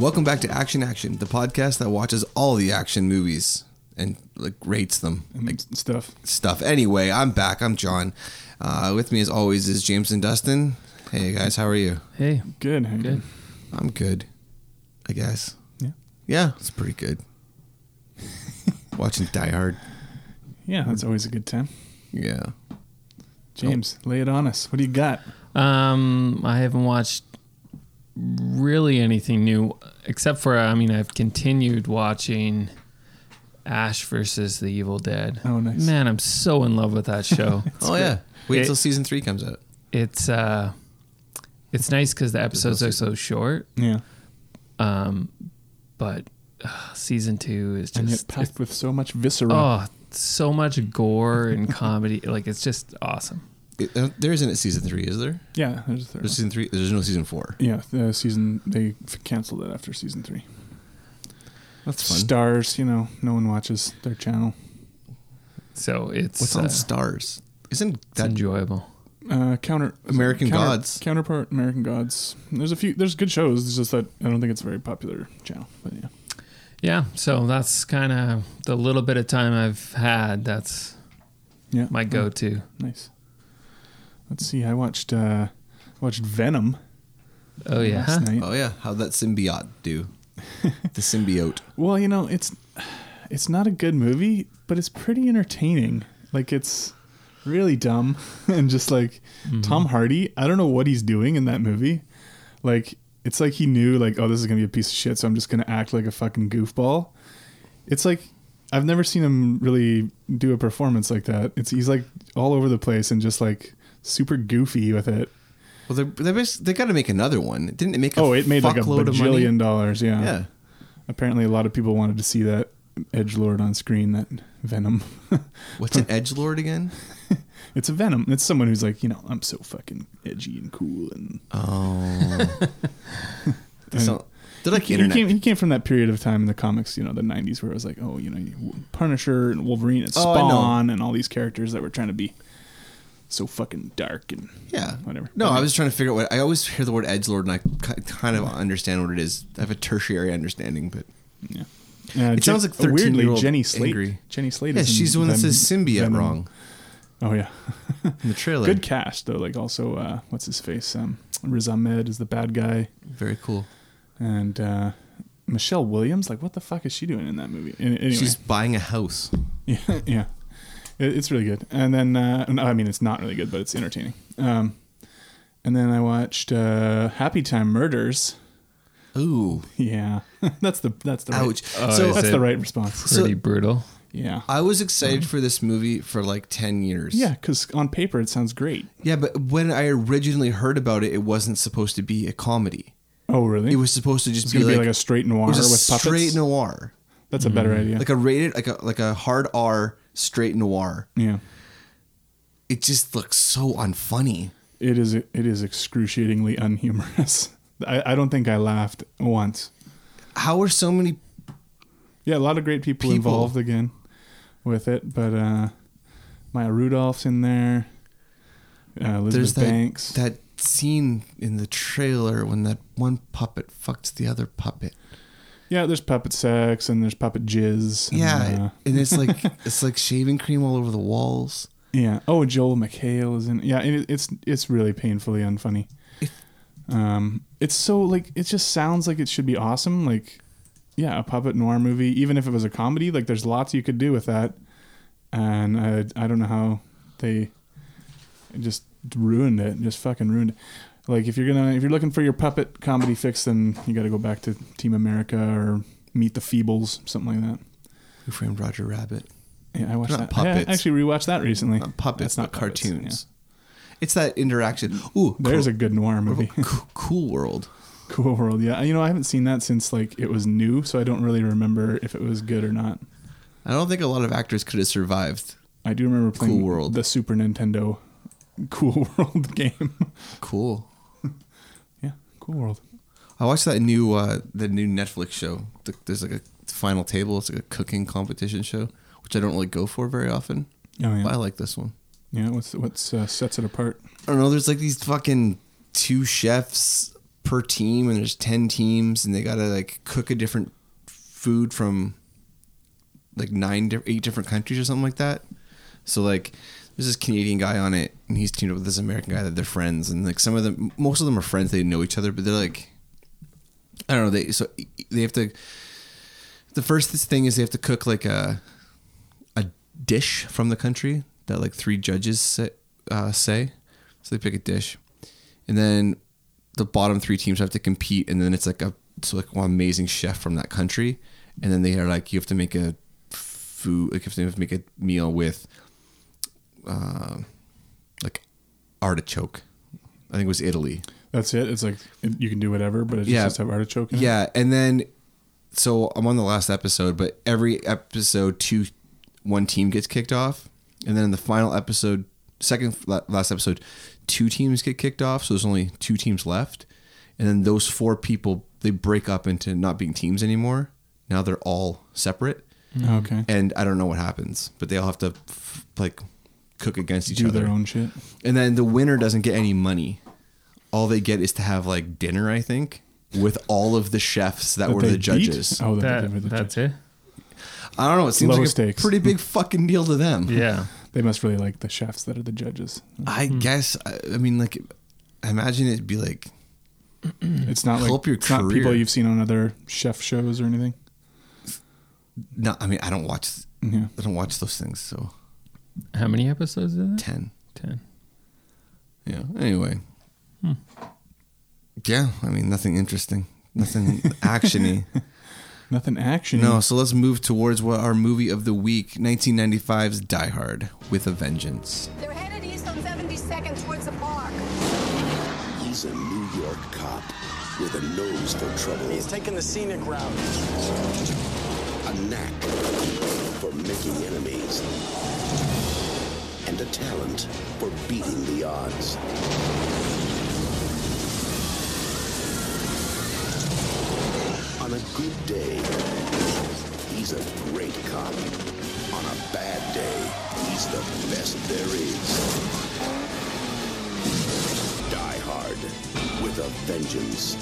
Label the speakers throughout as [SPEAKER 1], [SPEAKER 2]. [SPEAKER 1] Welcome back to Action Action, the podcast that watches all the action movies and like rates them
[SPEAKER 2] and
[SPEAKER 1] like
[SPEAKER 2] stuff.
[SPEAKER 1] stuff. Anyway, I'm back. I'm John. Uh, with me as always is James and Dustin. Hey guys, how are you?
[SPEAKER 3] Hey,
[SPEAKER 2] Good. how you
[SPEAKER 3] good.
[SPEAKER 2] doing?
[SPEAKER 1] I'm good, I guess.
[SPEAKER 2] Yeah.
[SPEAKER 1] Yeah, it's pretty good. Watching Die Hard.
[SPEAKER 2] Yeah, that's
[SPEAKER 3] Hmm.
[SPEAKER 2] always a good time.
[SPEAKER 3] Oh.
[SPEAKER 1] Yeah.
[SPEAKER 2] James, lay it on us. What do you got?
[SPEAKER 3] Um, I haven't watched really anything new except for I mean I've continued watching Ash versus the Evil Dead.
[SPEAKER 2] Oh, nice.
[SPEAKER 3] Man, I'm so in love with that show.
[SPEAKER 1] oh yeah. Wait
[SPEAKER 3] It-
[SPEAKER 1] till season three comes out.
[SPEAKER 3] it's uh, it's nice because the episodes are so short.
[SPEAKER 2] Yeah,
[SPEAKER 3] Um, but uh, season two is
[SPEAKER 2] and yet
[SPEAKER 3] just
[SPEAKER 2] packed with so much viscera.
[SPEAKER 3] oh so much gore and comedy. like it's just awesome.
[SPEAKER 1] It- uh, there isn't a season three, is there?
[SPEAKER 2] Yeah, there's a
[SPEAKER 1] There's
[SPEAKER 2] third. One.
[SPEAKER 1] season three. There's no season four.
[SPEAKER 2] Yeah, the season they f- canceled it after season three.
[SPEAKER 1] That's fun.
[SPEAKER 2] Stars, you know, no one watches their channel.
[SPEAKER 3] So it's
[SPEAKER 1] What's
[SPEAKER 3] uh,
[SPEAKER 1] on Stars? Isn't
[SPEAKER 3] it's
[SPEAKER 1] that
[SPEAKER 3] enjoyable.
[SPEAKER 2] Uh, counter
[SPEAKER 1] American
[SPEAKER 2] counter-
[SPEAKER 1] Gods.
[SPEAKER 2] counterpart American Gods. There's a few. There's good shows. It's just that I don't think it's a very popular channel. But yeah,
[SPEAKER 3] Yeah, so that's kind of the little bit of time I've had. That's
[SPEAKER 2] yeah, Oh,
[SPEAKER 3] my go-to.
[SPEAKER 2] Nice. Let's see. I watched uh, watched Venom
[SPEAKER 3] Oh yeah,
[SPEAKER 2] last night.
[SPEAKER 1] Oh yeah, how'd that symbiote do? the symbiote.
[SPEAKER 2] Well, you know, it's it's not a good movie, but it's pretty entertaining. Like it's really dumb and just like
[SPEAKER 3] Mm-hmm.
[SPEAKER 2] Tom Hardy, I don't know what he's doing in that movie. Like it's like he knew like oh this is going to be a piece of shit, so I'm just going to act like a fucking goofball. It's like I've never seen him really do a performance like that. It's he's like all over the place and just like super goofy with it.
[SPEAKER 1] Well, they're, they're bas- they got to make another one. Didn't it make? A
[SPEAKER 2] oh, it made like a
[SPEAKER 1] fuckload of money?
[SPEAKER 2] bajillion dollars. Yeah.
[SPEAKER 1] Yeah.
[SPEAKER 2] Apparently, a lot of people wanted to see that Edge Lord on screen. That Venom.
[SPEAKER 1] What's an edge lord again?
[SPEAKER 2] it's a Venom. It's someone who's like, you know, I'm so fucking edgy and cool, and
[SPEAKER 1] Oh. They
[SPEAKER 2] I-
[SPEAKER 1] sound- they're like
[SPEAKER 2] he, he
[SPEAKER 1] internet.
[SPEAKER 2] came. He came from that period of time in the comics, you know, the '90s, where it was like, oh, you know, you- Punisher and Wolverine and
[SPEAKER 1] Oh, I know.
[SPEAKER 2] Spawn and all these characters that were trying to be so fucking dark and
[SPEAKER 1] yeah.
[SPEAKER 2] whatever.
[SPEAKER 1] No, I was trying to figure out what I always hear the word edge lord, and I ki- kind of understand what it is. I have a tertiary understanding, but
[SPEAKER 2] Yeah. Uh,
[SPEAKER 1] It sounds like 13
[SPEAKER 2] weirdly
[SPEAKER 1] year old
[SPEAKER 2] Jenny Slate.
[SPEAKER 1] angry.
[SPEAKER 2] Jenny Slate.
[SPEAKER 1] yeah,
[SPEAKER 2] is in
[SPEAKER 1] she's the one that
[SPEAKER 2] Ven-
[SPEAKER 1] says symbiote
[SPEAKER 2] Venom.
[SPEAKER 1] wrong
[SPEAKER 2] Oh yeah.
[SPEAKER 1] in the trailer.
[SPEAKER 2] Good cast though. Like also, uh, what's his face? Um, Riz Ahmed is the bad guy,
[SPEAKER 1] Very cool.
[SPEAKER 2] and uh, Michelle Williams. Like, what the fuck is she doing in that movie? An- Anyway,
[SPEAKER 1] She's buying a house.
[SPEAKER 2] yeah, yeah. It, it's really good. And then, uh, no, I mean, it's not really good, but it's entertaining. Um, and then I watched uh, Happy Time Murders.
[SPEAKER 1] Ooh,
[SPEAKER 2] Yeah, that's the that's the right,
[SPEAKER 1] ouch.
[SPEAKER 3] Oh,
[SPEAKER 1] so
[SPEAKER 3] is
[SPEAKER 2] that's
[SPEAKER 3] it-
[SPEAKER 2] the right response.
[SPEAKER 1] So-
[SPEAKER 3] pretty brutal.
[SPEAKER 2] Yeah,
[SPEAKER 1] I was excited for this movie for like ten years.
[SPEAKER 2] yeah. Because on paper it sounds great.
[SPEAKER 1] Yeah, but when I originally heard about it, it wasn't supposed to be a comedy.
[SPEAKER 2] Oh, really?
[SPEAKER 1] It was supposed to just
[SPEAKER 2] It's
[SPEAKER 1] be
[SPEAKER 2] gonna
[SPEAKER 1] like,
[SPEAKER 2] be like a straight noir
[SPEAKER 1] it was a
[SPEAKER 2] with puppets.
[SPEAKER 1] straight noir,
[SPEAKER 2] That's a better idea.
[SPEAKER 1] like a rated, like a like a hard R straight noir.
[SPEAKER 2] yeah.
[SPEAKER 1] It just looks so unfunny.
[SPEAKER 2] It is it is excruciatingly unhumorous. I, I don't think I laughed once.
[SPEAKER 1] How are so many?
[SPEAKER 2] Yeah, a lot of great people,
[SPEAKER 1] People.
[SPEAKER 2] involved again with it, but uh Maya Rudolph's in there. Uh, Elizabeth
[SPEAKER 1] There's that
[SPEAKER 2] Banks.
[SPEAKER 1] that scene in the trailer when that one puppet fucks the other puppet.
[SPEAKER 2] yeah, there's puppet sex and there's puppet jizz. and,
[SPEAKER 1] Yeah,
[SPEAKER 2] uh,
[SPEAKER 1] and it's like it's like shaving cream all over the walls.
[SPEAKER 2] yeah. Oh, Joel McHale is in. Yeah, and it, it's it's really painfully unfunny. Um, it's so like it just sounds like it should be awesome. Like, yeah, a puppet noir movie. Even if it was a comedy, like there's lots you could do with that. And I I don't know how they just ruined it. Just fucking ruined. It. Like if you're gonna if you're looking for your puppet comedy fix, then you got to go back to Team America or Meet the Feebles, something like that.
[SPEAKER 1] Who framed Roger Rabbit?
[SPEAKER 2] Yeah, I watched
[SPEAKER 1] Not
[SPEAKER 2] that.
[SPEAKER 1] puppets.
[SPEAKER 2] I actually rewatched that recently.
[SPEAKER 1] Not puppets,
[SPEAKER 2] That's
[SPEAKER 1] not
[SPEAKER 2] puppets, yeah.
[SPEAKER 1] cartoons. It's that interaction. Ooh,
[SPEAKER 2] There's
[SPEAKER 1] cool.
[SPEAKER 2] a good noir movie.
[SPEAKER 1] cool, cool world.
[SPEAKER 2] cool World. Yeah, you know I haven't seen that since like it was new, so I don't really remember if it was good or not.
[SPEAKER 1] I don't think a lot of actors could have survived.
[SPEAKER 2] I do remember playing
[SPEAKER 1] Cool World.
[SPEAKER 2] the Super Nintendo Cool World game.
[SPEAKER 1] Cool.
[SPEAKER 2] yeah, Cool World.
[SPEAKER 1] I watched that new uh, the new Netflix show. Th- There's like a final table. It's like a cooking competition show, which I don't really go for very often. But
[SPEAKER 2] Oh
[SPEAKER 1] I
[SPEAKER 2] yeah,
[SPEAKER 1] like this one.
[SPEAKER 2] yeah. What's what's uh, sets it apart?
[SPEAKER 1] I don't know. There's like these fucking two chefs per team, and there's ten teams, and they gotta like cook a different food from like nine, di- eight different countries or something like that. So like, there's this Canadian guy on it, and he's teamed up with this American guy that they're friends, and like some of them, most of them are friends, they know each other, but they're like, I don't know, they so e-, they have to. The first thing is they have to cook like a a dish from the country that like three judges say. Uh, say. So they pick a dish, and then the bottom three teams have to compete, and then it's like a so like one amazing chef from that country, and then they are like you have to make a food like you have to make a meal with, uh, like artichoke. I think it was Italy.
[SPEAKER 2] That's it. It's like it- you can do whatever, but it Oh, just
[SPEAKER 1] Yeah.
[SPEAKER 2] has to have artichoke. In
[SPEAKER 1] Yeah, and then so I'm on the last episode, but every episode two one team gets kicked off, and then in the final episode, second la- last episode, two teams get kicked off, so there's only two teams left. And then those four people they break up into not being teams anymore. Now they're all separate,
[SPEAKER 2] It. Okay.
[SPEAKER 1] and I don't know what happens, but they all have to f- like cook against each
[SPEAKER 2] do
[SPEAKER 1] other.
[SPEAKER 2] their own shit.
[SPEAKER 1] And then the winner doesn't get any money. All they get is to have like dinner, I think, with all of the chefs that,
[SPEAKER 2] That
[SPEAKER 1] were
[SPEAKER 2] they
[SPEAKER 1] the
[SPEAKER 2] beat?
[SPEAKER 1] judges.
[SPEAKER 2] Oh, that, they, were
[SPEAKER 3] That,
[SPEAKER 2] the
[SPEAKER 3] that's
[SPEAKER 2] judges.
[SPEAKER 3] it.
[SPEAKER 1] I don't know. It seems
[SPEAKER 2] Low
[SPEAKER 1] like a
[SPEAKER 2] stakes.
[SPEAKER 1] pretty big fucking deal to them.
[SPEAKER 3] Yeah.
[SPEAKER 2] They must really like the chefs that are the judges.
[SPEAKER 1] I guess. I, I mean, like, I imagine it'd be like
[SPEAKER 2] It's not like
[SPEAKER 1] Help your
[SPEAKER 2] it's not people
[SPEAKER 1] career.
[SPEAKER 2] you've seen on other chef shows or anything.
[SPEAKER 1] no. I mean, I don't watch.
[SPEAKER 2] Yeah.
[SPEAKER 1] I don't watch those things. So
[SPEAKER 3] How many episodes is that?
[SPEAKER 1] ten.
[SPEAKER 3] Ten.
[SPEAKER 1] Yeah. Anyway.
[SPEAKER 2] Hmm.
[SPEAKER 1] Yeah. I mean, nothing interesting. Nothing actiony.
[SPEAKER 2] Nothing action.
[SPEAKER 1] No. So let's move towards what our movie of the week, 1995's Die Hard with a Vengeance.
[SPEAKER 4] They're headed east on 72nd towards the park.
[SPEAKER 5] He's a New York cop with a nose for trouble,
[SPEAKER 6] He's taking the scenic route.
[SPEAKER 5] a knack for making enemies, and a talent for beating the odds. On a good day, he's a great cop. On a bad day, he's the best there is. Die hard with a vengeance.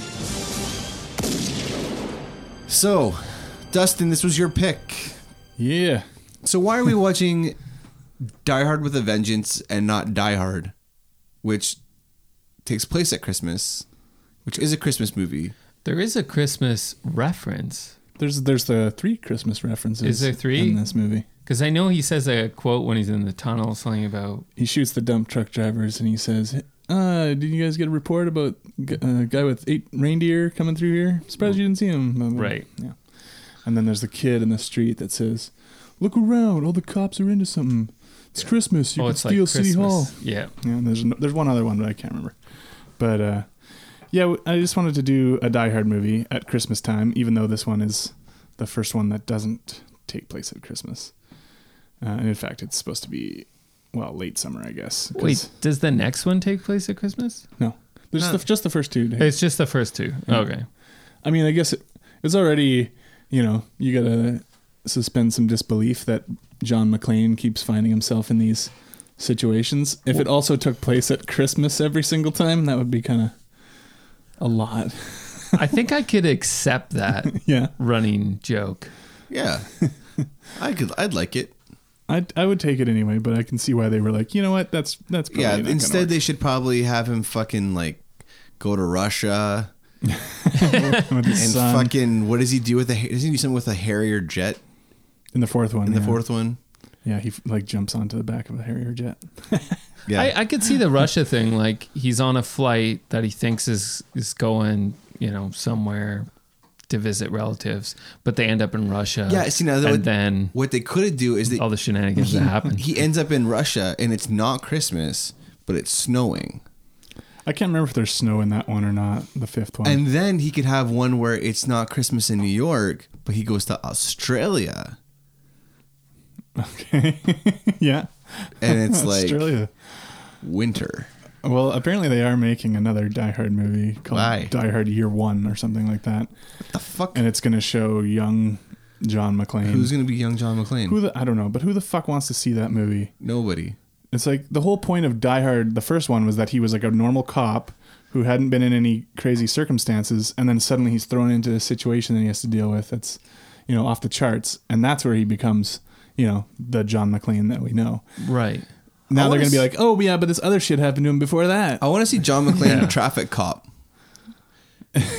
[SPEAKER 1] So, Dustin, this was your pick.
[SPEAKER 2] Yeah.
[SPEAKER 1] So why are we watching Die Hard with a Vengeance and not Die Hard, which takes place at Christmas, which is a Christmas movie?
[SPEAKER 3] There is a Christmas reference
[SPEAKER 2] There's there's the three Christmas references.
[SPEAKER 3] Is there three?
[SPEAKER 2] in this movie?
[SPEAKER 3] because I know he says a quote when he's in the tunnel, something about
[SPEAKER 2] He shoots the dump truck drivers and he says, "Uh, did you guys get a report about g- a guy with eight reindeer coming through here? Surprised you didn't see him." Blah, blah, blah.
[SPEAKER 3] Right.
[SPEAKER 2] Yeah. And then there's the kid in the street that says, "Look around! All the cops are into something. It's Christmas. You
[SPEAKER 3] oh,
[SPEAKER 2] can
[SPEAKER 3] it's like
[SPEAKER 2] steal
[SPEAKER 3] Christmas.
[SPEAKER 2] City Hall."
[SPEAKER 3] Yeah.
[SPEAKER 2] Yeah, and there's there's one other one, but I can't remember. But uh, yeah, w- I just wanted to do a Die Hard movie at Christmas time, even though this one is the first one that doesn't take place at Christmas. Uh, and in fact, it's supposed to be well late summer, I guess. 'cause-
[SPEAKER 3] Wait, does the next one take place at Christmas?
[SPEAKER 2] no, there's just the, just the first two. days.
[SPEAKER 3] It's just the first two. Okay.
[SPEAKER 2] I mean, I guess it, it's already you know you gotta suspend some disbelief that John McClane keeps finding himself in these situations. If it also took place at Christmas every single time, that would be kind of a lot.
[SPEAKER 3] I think I could accept that
[SPEAKER 2] yeah,
[SPEAKER 3] running joke.
[SPEAKER 1] Yeah, I could. I'd like it.
[SPEAKER 2] I I would take it anyway, but I can see why they were like, you know what, that's that's probably
[SPEAKER 1] yeah.
[SPEAKER 2] not gonna
[SPEAKER 1] Instead,
[SPEAKER 2] work.
[SPEAKER 1] they should probably have him fucking like go to Russia
[SPEAKER 2] With
[SPEAKER 1] and
[SPEAKER 2] the sun
[SPEAKER 1] fucking what does he do with the? Does he do something with a Harrier jet
[SPEAKER 2] in the fourth one.
[SPEAKER 1] in
[SPEAKER 2] yeah.
[SPEAKER 1] the fourth one?
[SPEAKER 2] yeah, he like jumps onto the back of a Harrier jet.
[SPEAKER 1] Yeah.
[SPEAKER 3] I, I could see the Russia thing. Like he's on a flight that he thinks is is going, you know, somewhere to visit relatives, but they end up in Russia.
[SPEAKER 1] yeah. See now,
[SPEAKER 3] and
[SPEAKER 1] what,
[SPEAKER 3] then
[SPEAKER 1] what they could do is they
[SPEAKER 3] all the shenanigans that happen.
[SPEAKER 1] he ends up in Russia and it's not Christmas, but it's snowing.
[SPEAKER 2] I can't remember if there's snow in that one or not. The fifth one.
[SPEAKER 1] And then he could have one where it's not Christmas in New York, but he goes to Australia.
[SPEAKER 2] okay. yeah.
[SPEAKER 1] And it's like
[SPEAKER 2] Australia.
[SPEAKER 1] winter.
[SPEAKER 2] Well, apparently they are making another Die Hard movie called
[SPEAKER 1] Why?
[SPEAKER 2] Die Hard Year One or something like that,
[SPEAKER 1] What the fuck?
[SPEAKER 2] and it's going to show young John McClane.
[SPEAKER 1] Who's going to be young John McClane?
[SPEAKER 2] who the I don't know, but who the fuck wants to see that movie?
[SPEAKER 1] Nobody.
[SPEAKER 2] It's like the whole point of Die Hard, the first one, was that he was like a normal cop who hadn't been in any crazy circumstances, and then suddenly he's thrown into a situation that he has to deal with that's, you know, off the charts, and that's where he becomes, you know, the John McClane that we know.
[SPEAKER 3] Right.
[SPEAKER 2] Now they're
[SPEAKER 1] wanna
[SPEAKER 2] gonna be
[SPEAKER 1] s-
[SPEAKER 2] like, oh yeah, but this other shit happened to him before that.
[SPEAKER 1] I want to see John McClane
[SPEAKER 3] Yeah.
[SPEAKER 1] traffic cop.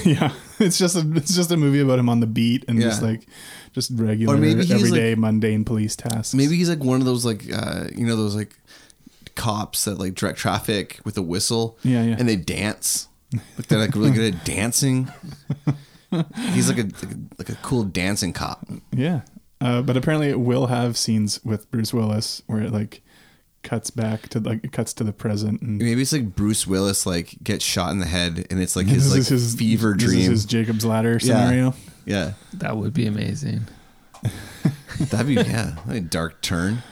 [SPEAKER 2] yeah, it's just a, it's just a movie about him on the beat and just
[SPEAKER 1] Yeah.
[SPEAKER 2] like just regular,
[SPEAKER 1] Or maybe he's,
[SPEAKER 2] everyday, mundane police tasks.
[SPEAKER 1] Maybe he's like one of those like uh, you know those like cops that like direct traffic with a whistle.
[SPEAKER 2] Yeah, yeah.
[SPEAKER 1] And they dance. Like they're like really good at dancing. He's like a like a, like a cool dancing cop.
[SPEAKER 2] Yeah. Uh, but apparently it will have scenes with Bruce Willis where it like cuts back to like it cuts to the present and
[SPEAKER 1] Maybe it's like Bruce Willis like gets shot in the head and it's like
[SPEAKER 2] this
[SPEAKER 1] his like
[SPEAKER 2] is his
[SPEAKER 1] fever
[SPEAKER 2] this is
[SPEAKER 1] dream.
[SPEAKER 2] his Jacob's ladder scenario.
[SPEAKER 1] Yeah.
[SPEAKER 3] That would be amazing.
[SPEAKER 1] That'd be yeah, that'd be a dark turn.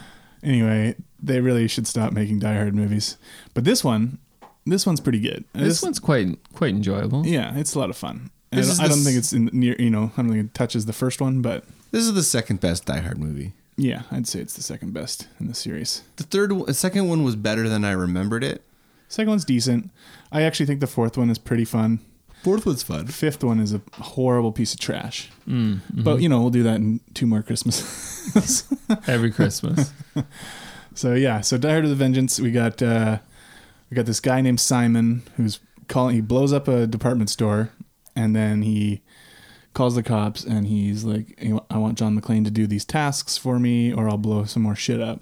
[SPEAKER 2] Anyway, they really should stop making Die Hard movies. But this one this one's pretty good.
[SPEAKER 3] This, one's quite quite enjoyable.
[SPEAKER 2] yeah, it's a lot of fun. I
[SPEAKER 1] This
[SPEAKER 2] don't,
[SPEAKER 1] is
[SPEAKER 2] I
[SPEAKER 1] the
[SPEAKER 2] don't think
[SPEAKER 1] s-
[SPEAKER 2] it's in near you know, I don't think it touches the first one, but
[SPEAKER 1] This is the second best Die Hard movie.
[SPEAKER 2] yeah, I'd say it's the second best in the series.
[SPEAKER 1] The third one, the second one was better than I remembered it.
[SPEAKER 2] Second one's decent. I actually think the fourth one is pretty fun.
[SPEAKER 1] Fourth was fun.
[SPEAKER 2] Fifth one is a horrible piece of trash. But you know, we'll do that in two more Christmases.
[SPEAKER 3] Every Christmas.
[SPEAKER 2] so yeah, so Die Hard with a Vengeance. We got uh, we got this guy named Simon who's calling. He blows up a department store, and then he calls the cops, and he's like, "I want John McClane to do these tasks for me, or I'll blow some more shit up."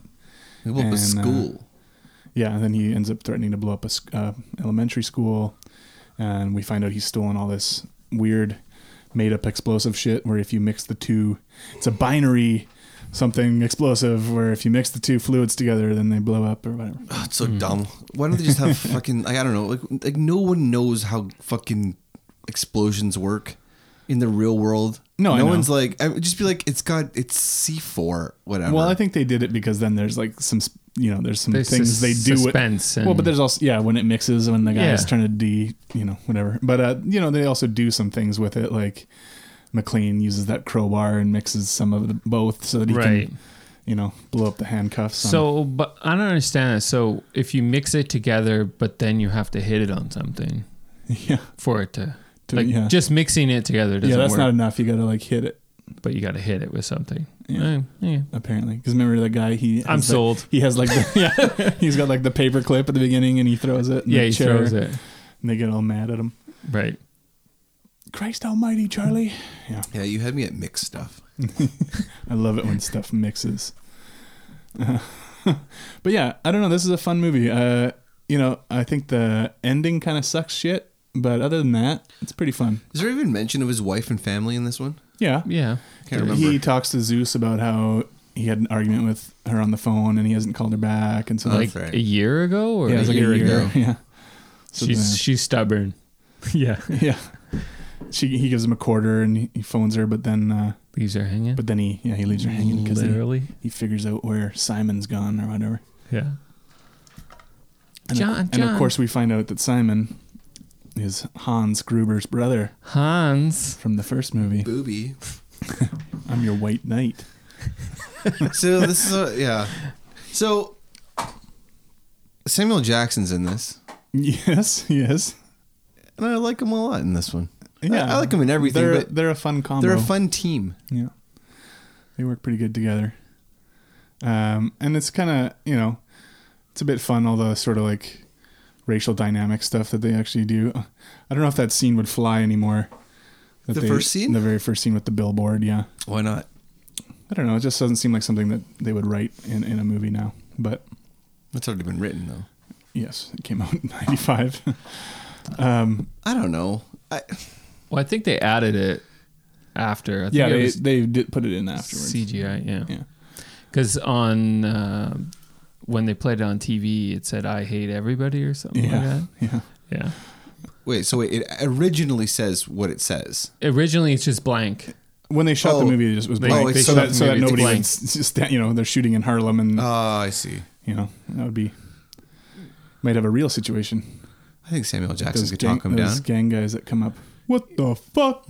[SPEAKER 1] It was a
[SPEAKER 2] And, uh,
[SPEAKER 1] school.
[SPEAKER 2] Yeah, and then he ends up threatening to blow up a sc- uh, elementary school, and we find out he's stolen all this weird, made up explosive shit. Where if you mix the two, it's a binary something explosive. Where if you mix the two fluids together, then they blow up or whatever.
[SPEAKER 1] Oh, it's so
[SPEAKER 2] hmm.
[SPEAKER 1] dumb. Why don't they just have fucking like I don't know, like like no one knows how fucking explosions work in the real world.
[SPEAKER 2] No, I
[SPEAKER 1] no
[SPEAKER 2] know.
[SPEAKER 1] one's like I would just be like it's got it's C four whatever.
[SPEAKER 2] Well, I think they did it because then there's like some, sp- you know, there's some
[SPEAKER 3] There's
[SPEAKER 2] things
[SPEAKER 3] sus-
[SPEAKER 2] they do. with-
[SPEAKER 3] suspense and-
[SPEAKER 2] well, but there's also yeah, when it mixes, when the guy's
[SPEAKER 3] Yeah.
[SPEAKER 2] trying to d, you know, whatever. But uh, you know, they also do some things with it, like McLean uses that crowbar and mixes some of the both so that he
[SPEAKER 3] Right.
[SPEAKER 2] can, you know, blow up the handcuffs. on-
[SPEAKER 3] So, but I don't understand that. So, if you mix it together, but then you have to hit it on something
[SPEAKER 2] yeah,
[SPEAKER 3] for it to,
[SPEAKER 2] To-
[SPEAKER 3] like
[SPEAKER 2] yeah.
[SPEAKER 3] just mixing it together doesn't
[SPEAKER 2] yeah, that's
[SPEAKER 3] work.
[SPEAKER 2] not enough. You got to like hit it
[SPEAKER 3] but you got to hit it with something.
[SPEAKER 2] Yeah.
[SPEAKER 3] Mm, yeah.
[SPEAKER 2] apparently. Because remember the guy he, has,
[SPEAKER 3] I'm
[SPEAKER 2] like-
[SPEAKER 3] sold.
[SPEAKER 2] He has like the, yeah, he's got like the paper clip at the beginning and he throws it. in
[SPEAKER 3] Yeah,
[SPEAKER 2] the
[SPEAKER 3] he
[SPEAKER 2] chair,
[SPEAKER 3] throws it.
[SPEAKER 2] And they get all mad at him.
[SPEAKER 3] Right.
[SPEAKER 2] Christ Almighty, Charlie. Yeah.
[SPEAKER 1] yeah, you had me at mixed stuff.
[SPEAKER 2] I love it when stuff mixes. but yeah, I don't know. This is a fun movie. Uh, you know, I think the ending kind of sucks shit, but other than that, it's pretty fun.
[SPEAKER 1] Is there even mention of his wife and family in this one?
[SPEAKER 2] Yeah.
[SPEAKER 3] Yeah.
[SPEAKER 1] Can't remember.
[SPEAKER 2] He talks to Zeus about how he had an argument with her on the phone and he hasn't called her back. And so,
[SPEAKER 1] Oh,
[SPEAKER 2] like,
[SPEAKER 1] that's right.
[SPEAKER 3] A year ago, or
[SPEAKER 2] yeah, it was like a year,
[SPEAKER 1] ago.
[SPEAKER 2] Yeah. So
[SPEAKER 3] she's
[SPEAKER 2] then-
[SPEAKER 3] she's stubborn. yeah.
[SPEAKER 2] yeah. She, he gives him a quarter and he- he phones her, but then, uh,
[SPEAKER 3] Leaves her hanging.
[SPEAKER 2] but then he, yeah, he leaves her hanging because he,
[SPEAKER 3] literally.
[SPEAKER 2] he figures out where Simon's gone or whatever.
[SPEAKER 3] Yeah.
[SPEAKER 2] And of-
[SPEAKER 3] John-
[SPEAKER 2] and of
[SPEAKER 3] John.
[SPEAKER 2] course, we find out that Simon is Hans Gruber's brother
[SPEAKER 3] Hans.
[SPEAKER 2] from the first movie.
[SPEAKER 1] Booby.
[SPEAKER 2] I'm your white knight.
[SPEAKER 1] So this is a, yeah. So Samuel Jackson's in this,
[SPEAKER 2] Yes, yes.
[SPEAKER 1] and I like him a lot in this one.
[SPEAKER 2] Yeah,
[SPEAKER 1] I, I like him in everything,
[SPEAKER 2] They're,
[SPEAKER 1] but
[SPEAKER 2] they're a fun combo.
[SPEAKER 1] they're a fun team.
[SPEAKER 2] Yeah, they work pretty good together. Um, and it's kind of you know, it's a bit fun all the sort of like racial dynamic stuff that they actually do. I don't know if that scene would fly anymore. That
[SPEAKER 1] The first scene?
[SPEAKER 2] the very first scene with the billboard. Yeah,
[SPEAKER 1] Why not?
[SPEAKER 2] I don't know. It just doesn't seem like something that they would write in, in a movie now. But
[SPEAKER 1] That's already been written though.
[SPEAKER 2] Yes, it came out in '95. um,
[SPEAKER 1] I don't know. I
[SPEAKER 3] Well, I think they added it after. I think
[SPEAKER 2] yeah,
[SPEAKER 3] it
[SPEAKER 2] they,
[SPEAKER 3] was
[SPEAKER 2] they did put it in afterwards.
[SPEAKER 3] CGI. Yeah.
[SPEAKER 2] Yeah,
[SPEAKER 3] Because on uh, when they played it on TV, it said "I hate everybody" or something like
[SPEAKER 2] yeah,
[SPEAKER 3] that.
[SPEAKER 2] yeah.
[SPEAKER 3] Yeah.
[SPEAKER 1] Wait, so it originally says what it says.
[SPEAKER 3] Originally, it's just blank.
[SPEAKER 2] When they shot
[SPEAKER 1] Oh.
[SPEAKER 2] the movie, it just was
[SPEAKER 3] They-
[SPEAKER 2] blank.
[SPEAKER 1] Oh, they
[SPEAKER 2] so
[SPEAKER 1] shot
[SPEAKER 2] that
[SPEAKER 1] the
[SPEAKER 2] so that
[SPEAKER 3] movie, it's
[SPEAKER 2] nobody would
[SPEAKER 3] blank.
[SPEAKER 2] s- just that, you know they're shooting in Harlem and
[SPEAKER 1] Oh, I see.
[SPEAKER 2] you know that would be might have a real situation.
[SPEAKER 1] I think Samuel Jackson
[SPEAKER 2] Those
[SPEAKER 1] could
[SPEAKER 2] gang,
[SPEAKER 1] talk him down.
[SPEAKER 2] those gang guys that come up. What the fuck?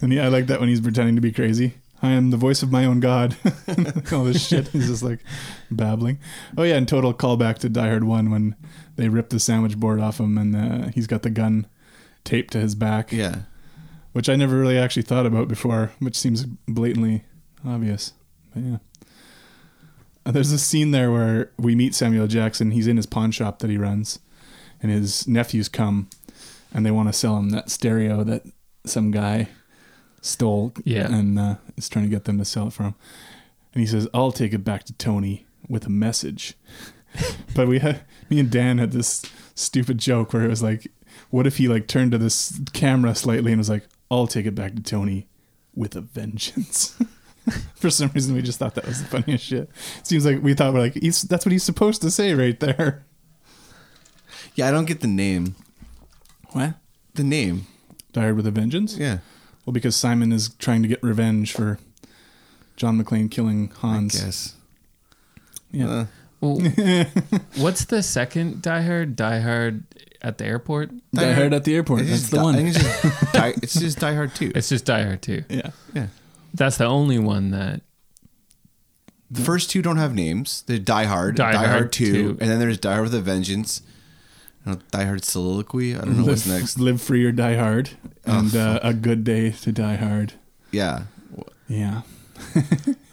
[SPEAKER 2] and yeah, I like that when he's pretending to be crazy. I am the voice of my own God. All this shit. He's just like babbling. Oh yeah, and total callback to Die Hard One when they rip the sandwich board off him and uh, he's got the gun taped to his back.
[SPEAKER 1] Yeah.
[SPEAKER 2] Which I never really actually thought about before, which seems blatantly obvious. But yeah. Uh, There's a scene there where we meet Samuel Jackson. He's in his pawn shop that he runs, and his nephews come and they want to sell him that stereo that some guy stole
[SPEAKER 3] Yeah.
[SPEAKER 2] and uh, is trying to get them to sell it for him. And he says, I'll take it back to Tony with a message. but we had, me and Dan had this stupid joke where it was like, what if he like turned to this camera slightly and was like, I'll take it back to Tony with a vengeance. For some reason, we just thought that was the funniest shit. Seems like we thought we're like, he's, that's what he's supposed to say right there.
[SPEAKER 1] Yeah, I don't get the name.
[SPEAKER 2] What?
[SPEAKER 1] The name.
[SPEAKER 2] Died with a vengeance?
[SPEAKER 1] Yeah.
[SPEAKER 2] Well, because Simon is trying to get revenge for John McClane killing Hans.
[SPEAKER 1] Yes.
[SPEAKER 2] Yeah.
[SPEAKER 1] Uh,
[SPEAKER 3] Well, what's the second Die Hard? Die Hard at the airport?
[SPEAKER 2] Die
[SPEAKER 1] Die Hard-
[SPEAKER 2] Hard at the airport.
[SPEAKER 1] it's just
[SPEAKER 2] That's the
[SPEAKER 1] Di- I
[SPEAKER 2] one.
[SPEAKER 1] think it's just, die, it's just Die Hard 2.
[SPEAKER 3] It's just Die Hard 2.
[SPEAKER 2] yeah.
[SPEAKER 1] yeah.
[SPEAKER 3] That's the only one that.
[SPEAKER 1] The first two don't have names. They're Die Hard,
[SPEAKER 3] Die
[SPEAKER 1] Die,
[SPEAKER 3] Hard
[SPEAKER 1] Hard, 2,
[SPEAKER 3] 2.
[SPEAKER 1] and then there's Die Hard with a Vengeance. I don't know, Die Hard Soliloquy. I don't know what's
[SPEAKER 2] live,
[SPEAKER 1] next.
[SPEAKER 2] live free or die hard.
[SPEAKER 1] Oh,
[SPEAKER 2] And uh, a good day to die hard.
[SPEAKER 1] Yeah.
[SPEAKER 2] Yeah.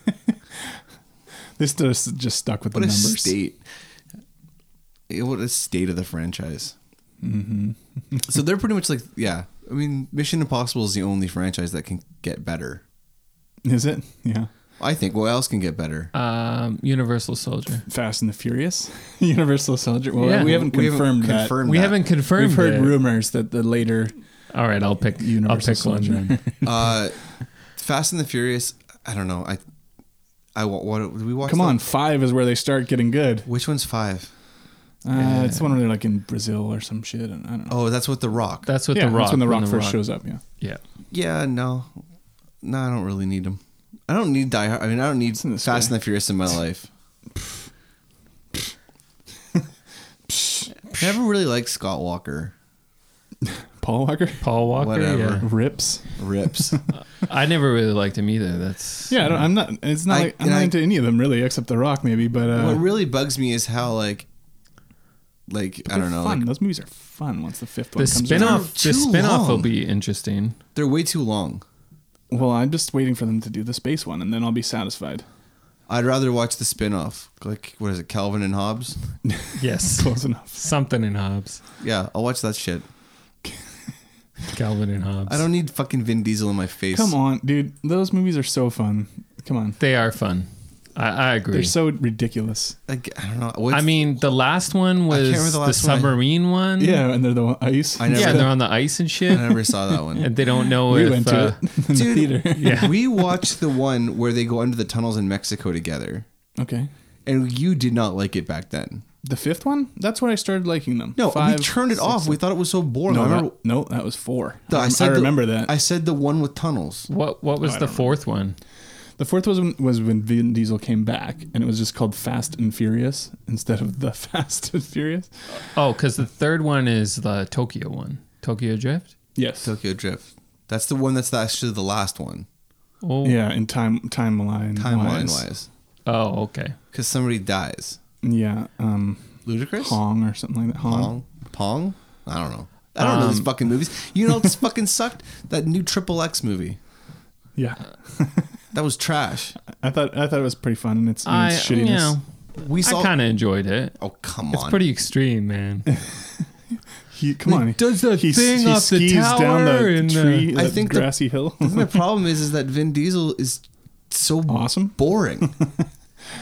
[SPEAKER 2] this does just stuck with
[SPEAKER 1] What
[SPEAKER 2] the
[SPEAKER 1] a
[SPEAKER 2] numbers.
[SPEAKER 1] state. Eh, What a state of the franchise. Mm-hmm. so they're pretty much like, yeah. I mean, Mission Impossible is the only franchise that can get better.
[SPEAKER 2] Is it? Yeah.
[SPEAKER 1] I think. What else can get better?
[SPEAKER 3] Um, Universal Soldier.
[SPEAKER 2] Fast and the Furious, Universal Soldier. Well,
[SPEAKER 3] Yeah.
[SPEAKER 2] we haven't
[SPEAKER 1] We haven't
[SPEAKER 2] confirmed that.
[SPEAKER 1] confirmed
[SPEAKER 3] We
[SPEAKER 1] that.
[SPEAKER 3] haven't confirmed.
[SPEAKER 2] We've heard
[SPEAKER 3] it.
[SPEAKER 2] rumors that the later
[SPEAKER 3] All right, I'll pick.
[SPEAKER 2] Universal
[SPEAKER 3] I'll pick
[SPEAKER 2] Soldier.
[SPEAKER 3] one. Then.
[SPEAKER 1] Uh, Fast and the Furious. I don't know. I, I wa- what did we watch?
[SPEAKER 2] Come
[SPEAKER 1] that?
[SPEAKER 2] on, five is where they start getting good.
[SPEAKER 1] Which one's five?
[SPEAKER 2] Uh, It's the one where they're like in Brazil or some shit. And I don't know.
[SPEAKER 1] Oh, that's with the Rock.
[SPEAKER 3] That's what
[SPEAKER 2] yeah,
[SPEAKER 3] the Rock.
[SPEAKER 2] that's when the Rock first shows up. Yeah,
[SPEAKER 3] Yeah.
[SPEAKER 1] yeah, no, no, I don't really need them. I don't need Die Hard. I mean, I don't need
[SPEAKER 2] in this
[SPEAKER 1] Fast
[SPEAKER 2] guy.
[SPEAKER 1] and the Furious in my life. Never really liked Scott Walker.
[SPEAKER 2] Paul Walker
[SPEAKER 3] Paul Walker.
[SPEAKER 1] Whatever.
[SPEAKER 2] rips.
[SPEAKER 1] Rips.
[SPEAKER 2] Uh-huh.
[SPEAKER 3] Yeah. I never really liked him either. That's
[SPEAKER 2] Yeah, I don't, I'm not. It's not
[SPEAKER 1] I-
[SPEAKER 2] like I'm
[SPEAKER 1] and
[SPEAKER 2] not
[SPEAKER 1] I-
[SPEAKER 2] into any of them really, except the Rock maybe. But uh,
[SPEAKER 1] what really bugs me is how like, like I
[SPEAKER 2] they're
[SPEAKER 1] don't know,
[SPEAKER 2] Fun.
[SPEAKER 1] like,
[SPEAKER 2] Those movies are fun once the fifth
[SPEAKER 3] the
[SPEAKER 2] one comes out.
[SPEAKER 3] spinoff.
[SPEAKER 1] Too
[SPEAKER 3] The spinoff will
[SPEAKER 1] long.
[SPEAKER 3] be interesting.
[SPEAKER 1] they're way too long.
[SPEAKER 2] Well, I'm just waiting for them to do the space one, and then I'll be satisfied.
[SPEAKER 1] I'd rather watch the spin-off. Like what is it, Calvin and Hobbes?
[SPEAKER 3] Yes.
[SPEAKER 2] Close enough.
[SPEAKER 3] Something in Hobbs.
[SPEAKER 1] Yeah, I'll watch that shit.
[SPEAKER 3] Calvin and Hobbes.
[SPEAKER 1] I don't need fucking Vin Diesel in my face.
[SPEAKER 2] Come on, dude. Those movies are so fun. Come on,
[SPEAKER 3] They are fun. I, I agree.
[SPEAKER 2] they're so ridiculous.
[SPEAKER 1] Like, I don't know. What's,
[SPEAKER 3] I mean, the last one was
[SPEAKER 1] remember the
[SPEAKER 3] the,
[SPEAKER 1] last one.
[SPEAKER 3] submarine one.
[SPEAKER 2] Yeah, and they're the ice.
[SPEAKER 1] I never-
[SPEAKER 3] Yeah, they're on the ice and
[SPEAKER 1] I
[SPEAKER 3] shit,
[SPEAKER 1] never saw that one.
[SPEAKER 3] and they don't know
[SPEAKER 2] we
[SPEAKER 3] if.
[SPEAKER 2] went
[SPEAKER 3] uh,
[SPEAKER 2] to it in the
[SPEAKER 1] Dude,
[SPEAKER 2] theater.
[SPEAKER 1] we watched the one where they go under the tunnels in Mexico together,
[SPEAKER 2] okay.
[SPEAKER 1] and you did not like it back then.
[SPEAKER 2] The fifth one? That's when I started liking them.
[SPEAKER 1] No,
[SPEAKER 2] Five,
[SPEAKER 1] we turned it
[SPEAKER 2] six,
[SPEAKER 1] off. We thought it was so boring.
[SPEAKER 2] No,
[SPEAKER 1] I remember.
[SPEAKER 2] that, no, that was four.
[SPEAKER 1] No,
[SPEAKER 2] I, rem- I
[SPEAKER 1] the-
[SPEAKER 2] remember that.
[SPEAKER 1] I said the one with tunnels.
[SPEAKER 3] What What was the fourth one?
[SPEAKER 2] the fourth was when, was when Vin Diesel came back, and it was just called Fast and Furious instead of the Fast and Furious.
[SPEAKER 3] Oh, because the third one is the Tokyo one, Tokyo Drift.
[SPEAKER 2] Yes.
[SPEAKER 1] Tokyo Drift. That's the one that's actually the last one,
[SPEAKER 3] Oh,
[SPEAKER 2] Yeah, in time timeline.
[SPEAKER 1] timeline
[SPEAKER 2] wise.
[SPEAKER 1] wise,
[SPEAKER 3] Oh, okay.
[SPEAKER 1] because somebody dies.
[SPEAKER 2] Yeah. Um,
[SPEAKER 1] Ludicrous.
[SPEAKER 2] Hong or something like that. Hong.
[SPEAKER 1] Pong? Pong? I don't know. I don't know
[SPEAKER 2] Um,
[SPEAKER 1] these fucking movies. You know what's fucking sucked? That new Triple X movie.
[SPEAKER 2] Yeah.
[SPEAKER 1] That was trash.
[SPEAKER 2] I thought I thought it was pretty fun and it's,
[SPEAKER 3] I,
[SPEAKER 2] and it's
[SPEAKER 3] you
[SPEAKER 2] shittiness.
[SPEAKER 3] know,
[SPEAKER 1] We saw.
[SPEAKER 3] I kind of enjoyed it.
[SPEAKER 1] oh come
[SPEAKER 3] It's
[SPEAKER 1] on!
[SPEAKER 3] pretty extreme, man.
[SPEAKER 2] He come on. he-
[SPEAKER 3] does that
[SPEAKER 2] he, s-
[SPEAKER 3] thing
[SPEAKER 2] he
[SPEAKER 3] off the
[SPEAKER 2] skis down
[SPEAKER 3] tower
[SPEAKER 2] the
[SPEAKER 3] and, uh,
[SPEAKER 2] tree,
[SPEAKER 1] I
[SPEAKER 2] the
[SPEAKER 1] think the-
[SPEAKER 2] grassy hill.
[SPEAKER 1] My problem is, is that Vin Diesel is so
[SPEAKER 2] Awesome.
[SPEAKER 1] boring,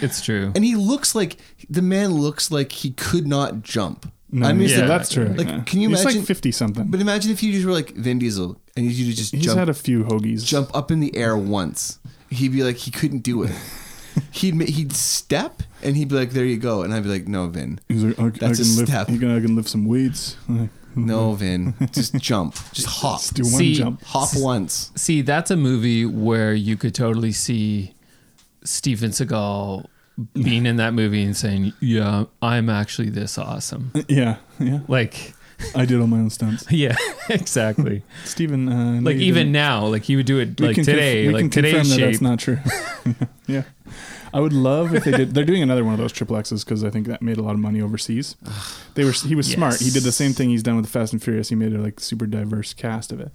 [SPEAKER 3] It's true.
[SPEAKER 1] and he looks like the man looks like he could not jump.
[SPEAKER 2] No,
[SPEAKER 1] mean,
[SPEAKER 2] yeah,
[SPEAKER 1] it's like-
[SPEAKER 2] that's true.
[SPEAKER 1] Like,
[SPEAKER 2] yeah.
[SPEAKER 1] can you
[SPEAKER 2] He's
[SPEAKER 1] imagine?
[SPEAKER 2] like fifty something.
[SPEAKER 1] But imagine if you just were like Vin Diesel and you just- just
[SPEAKER 2] He's
[SPEAKER 1] jump,
[SPEAKER 2] had a few hoagies.
[SPEAKER 1] jump up in the air once. He'd be like, he couldn't do it. he'd ma- he'd step and he'd be like, there you go, and I'd be like, no, Vin.
[SPEAKER 2] He's like, I,
[SPEAKER 1] That's
[SPEAKER 2] I
[SPEAKER 1] a
[SPEAKER 2] can lift,
[SPEAKER 1] step.
[SPEAKER 2] I can, I can lift some weights. Like,
[SPEAKER 1] No, Vin. Just jump. Just hop.
[SPEAKER 2] let's Mm-hmm. do one
[SPEAKER 3] See,
[SPEAKER 2] jump.
[SPEAKER 1] Hop once.
[SPEAKER 3] See, that's a movie where you could totally see Steven Seagal being in that movie and saying, "Yeah, I'm actually this awesome."
[SPEAKER 2] Yeah, yeah.
[SPEAKER 3] Like
[SPEAKER 2] I did all my own stunts.
[SPEAKER 3] yeah, exactly.
[SPEAKER 2] Stephen, uh,
[SPEAKER 3] like even now, like he would do it like today, like today's shape.
[SPEAKER 2] that's not true. yeah, I would love if they did. They're doing another one of those triple X's because I think that made a lot of money overseas. They were he was smart. He did the same thing he's done with Fast and Furious. He made a like super diverse cast of it.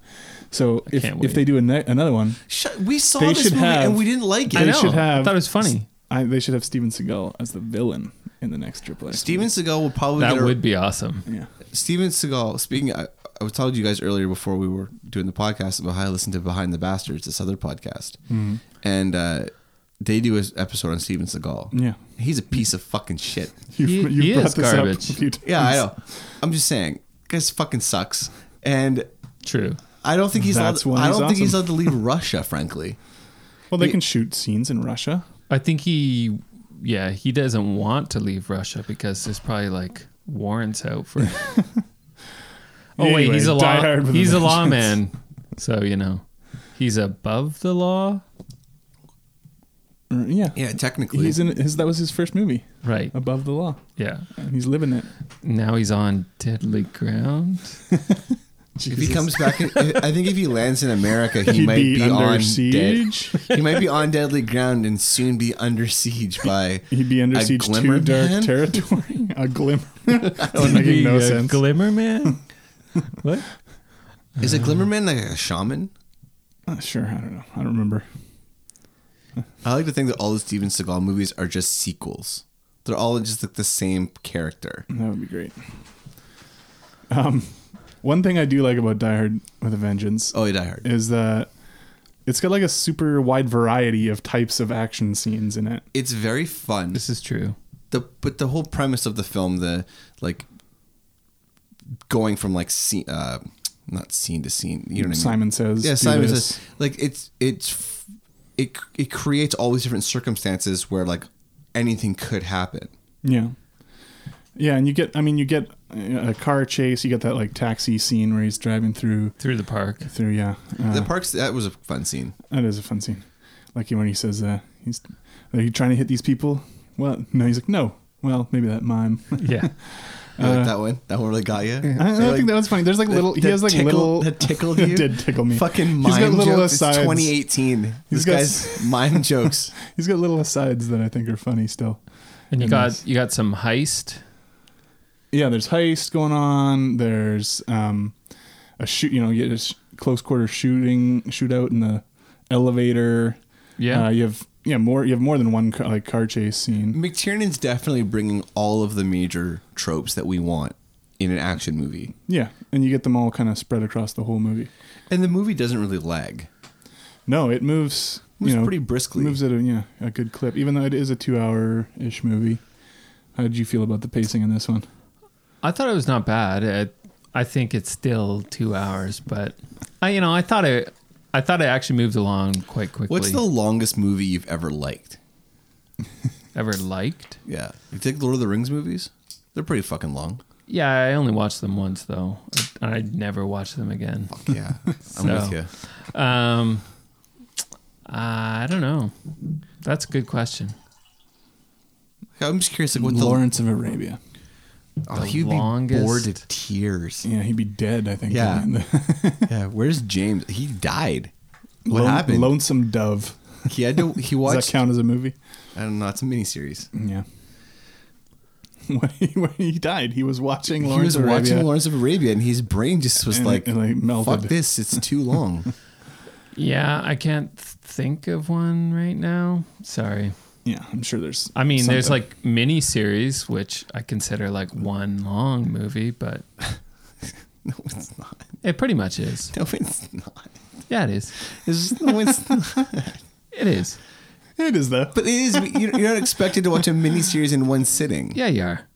[SPEAKER 2] So if,
[SPEAKER 3] can't
[SPEAKER 2] if
[SPEAKER 3] wait.
[SPEAKER 2] they do a ne- another one,
[SPEAKER 1] Shut, we saw
[SPEAKER 2] They
[SPEAKER 1] this
[SPEAKER 2] should
[SPEAKER 1] movie
[SPEAKER 2] have-
[SPEAKER 1] and we didn't like it.
[SPEAKER 3] I
[SPEAKER 2] they
[SPEAKER 3] know.
[SPEAKER 2] should have.
[SPEAKER 3] I thought it was funny.
[SPEAKER 2] S- I, they should have Steven Seagal as the villain in the next triple X.
[SPEAKER 1] Steven Seagal will probably
[SPEAKER 3] That
[SPEAKER 1] get a-
[SPEAKER 3] would be awesome.
[SPEAKER 2] Yeah.
[SPEAKER 1] Steven Seagal. Speaking, I, I was telling you guys earlier before we were doing the podcast about how I listened to Behind the Bastards, this other podcast,
[SPEAKER 2] Mm-hmm.
[SPEAKER 1] and uh, they do an episode on Steven Seagal.
[SPEAKER 2] Yeah.
[SPEAKER 1] he's a piece of fucking shit.
[SPEAKER 2] You,
[SPEAKER 3] He- he is garbage.
[SPEAKER 2] a few times.
[SPEAKER 1] Yeah, I know. I'm just saying, guys, fucking sucks. And
[SPEAKER 3] True.
[SPEAKER 1] I don't think he's.
[SPEAKER 2] That's
[SPEAKER 1] allowed,
[SPEAKER 2] why
[SPEAKER 1] I
[SPEAKER 2] he's
[SPEAKER 1] don't think he's
[SPEAKER 2] awesome.
[SPEAKER 1] allowed to leave Russia. Frankly,
[SPEAKER 2] Well, they can shoot scenes in Russia.
[SPEAKER 3] I think he, yeah, he doesn't want to leave Russia because there's probably like warrants out for. oh wait,
[SPEAKER 2] Anyway,
[SPEAKER 3] he's a
[SPEAKER 2] Die
[SPEAKER 3] law.
[SPEAKER 2] Hard with a
[SPEAKER 3] He's a
[SPEAKER 2] Vengeance.
[SPEAKER 3] lawman, so you know, he's above the law,
[SPEAKER 2] Or- Yeah.
[SPEAKER 1] yeah, technically,
[SPEAKER 2] He's in his. That was his first movie,
[SPEAKER 3] right?
[SPEAKER 2] Above the Law,
[SPEAKER 3] Yeah.
[SPEAKER 2] and he's living it.
[SPEAKER 3] Now he's on deadly ground.
[SPEAKER 1] if he comes back, in, I think if he lands in America, he might be, on dead. He might be on deadly ground and soon be under siege by.
[SPEAKER 2] He'd be under
[SPEAKER 1] a
[SPEAKER 2] siege
[SPEAKER 1] glimmer
[SPEAKER 2] too dark
[SPEAKER 1] man?
[SPEAKER 2] territory. a glimmer. that was making no
[SPEAKER 3] The, uh,
[SPEAKER 2] sense.
[SPEAKER 3] Glimmer man. what?
[SPEAKER 1] Is a Glimmerman like a shaman?
[SPEAKER 2] Uh, sure, I don't know. I don't remember.
[SPEAKER 1] I like to think that all the Steven Seagal movies are just sequels. They're all just like the same character.
[SPEAKER 2] That would be great. Um, one thing I do like about Die Hard with a Vengeance
[SPEAKER 1] Oh, yeah, Die Hard.
[SPEAKER 2] is that it's got like a super wide variety of types of action scenes in it.
[SPEAKER 1] It's very fun.
[SPEAKER 3] This is true.
[SPEAKER 1] The but the whole premise of the film, the like going from like scene, uh, not scene to scene. You know what I mean?
[SPEAKER 2] Simon says.
[SPEAKER 1] Mm-hmm. Yeah,
[SPEAKER 2] do
[SPEAKER 1] Simon
[SPEAKER 2] this.
[SPEAKER 1] says like it's it's f- it it creates all these different circumstances where like anything could happen.
[SPEAKER 2] Yeah. Yeah, and you get I mean you get uh, a car chase, you get that like taxi scene where he's driving through
[SPEAKER 3] Through the park.
[SPEAKER 2] through yeah. Uh,
[SPEAKER 1] the parks that was a fun scene.
[SPEAKER 2] that is a fun scene. Like when he says uh he's are you trying to hit these people? Well, no, he's like no. Well, maybe that mime.
[SPEAKER 3] Yeah.
[SPEAKER 1] You like that one? That one really got you.
[SPEAKER 2] Uh. I, I think that was funny. There's like little. he has like
[SPEAKER 1] tickle,
[SPEAKER 2] little.
[SPEAKER 1] that tickled
[SPEAKER 2] That
[SPEAKER 1] you.
[SPEAKER 2] did tickle me.
[SPEAKER 1] Fucking
[SPEAKER 2] He's got
[SPEAKER 1] mime
[SPEAKER 2] little
[SPEAKER 1] jokes. It's
[SPEAKER 2] asides.
[SPEAKER 1] 2018. this
[SPEAKER 2] He's got
[SPEAKER 1] guy's mime jokes.
[SPEAKER 2] He's got little asides that I think are funny still.
[SPEAKER 3] And you
[SPEAKER 2] And
[SPEAKER 3] got
[SPEAKER 2] this.
[SPEAKER 3] you got some heist.
[SPEAKER 2] yeah, there's heist going on. There's um, a shoot, you know, you get a sh- close quarter shooting shootout in the elevator.
[SPEAKER 3] Yeah.
[SPEAKER 2] uh, you have yeah more. You have more than one car, like car chase scene.
[SPEAKER 1] McTiernan's definitely bringing all of the major tropes that we want in an action movie,
[SPEAKER 2] Yeah, and you get them all kind of spread across the whole movie.
[SPEAKER 1] and the movie doesn't really lag.
[SPEAKER 2] No, it moves.
[SPEAKER 1] Moves
[SPEAKER 2] you know,
[SPEAKER 1] pretty briskly.
[SPEAKER 2] Moves at a yeah a good clip, even though it is a two hour ish movie. How did you feel about the pacing in this one?
[SPEAKER 3] I thought it was not bad. It, I think it's still two hours, but I you know I thought it I thought it actually moved along quite quickly.
[SPEAKER 1] What's the longest movie you've ever liked?
[SPEAKER 3] ever liked?
[SPEAKER 1] Yeah, you take Lord of the Rings movies; they're pretty fucking long.
[SPEAKER 3] Yeah, I only watched them once though. I, I never watched them again.
[SPEAKER 1] Yeah, I'm
[SPEAKER 3] So-
[SPEAKER 1] with you.
[SPEAKER 3] Um, I don't know. That's a good question.
[SPEAKER 1] I'm just curious, like what
[SPEAKER 2] Lawrence of Arabia.
[SPEAKER 1] the, oh,
[SPEAKER 3] the
[SPEAKER 1] he'd
[SPEAKER 3] longest-
[SPEAKER 1] be bored to tears.
[SPEAKER 2] Yeah, he'd be dead. I think.
[SPEAKER 1] Yeah. Yeah, where's James? He died. What
[SPEAKER 2] Lone-
[SPEAKER 1] happened?
[SPEAKER 2] Lonesome Dove.
[SPEAKER 1] He had to. He
[SPEAKER 2] Does
[SPEAKER 1] watched.
[SPEAKER 2] that count as a movie?
[SPEAKER 1] I don't know. It's a miniseries.
[SPEAKER 2] Yeah. When he, when he died, he was watching
[SPEAKER 1] he
[SPEAKER 2] Lawrence
[SPEAKER 1] was
[SPEAKER 2] of Arabia.
[SPEAKER 1] watching Lawrence of Arabia, and his brain just was
[SPEAKER 2] And it-
[SPEAKER 1] like,
[SPEAKER 2] and it melted.
[SPEAKER 1] "Fuck this! It's too long."
[SPEAKER 3] Yeah, I can't th- think of one right now. Sorry.
[SPEAKER 2] Yeah, I'm sure there's.
[SPEAKER 3] I mean, there's
[SPEAKER 2] something.
[SPEAKER 3] like mini series, which I consider like one long movie, but
[SPEAKER 1] no, it's not.
[SPEAKER 3] it pretty much is.
[SPEAKER 1] No, it's not.
[SPEAKER 3] Yeah, it is.
[SPEAKER 1] It's just, no, it's not.
[SPEAKER 3] It is.
[SPEAKER 2] it is though.
[SPEAKER 1] But it is. You're you're not expected to watch a miniseries in one sitting.
[SPEAKER 3] Yeah, you are.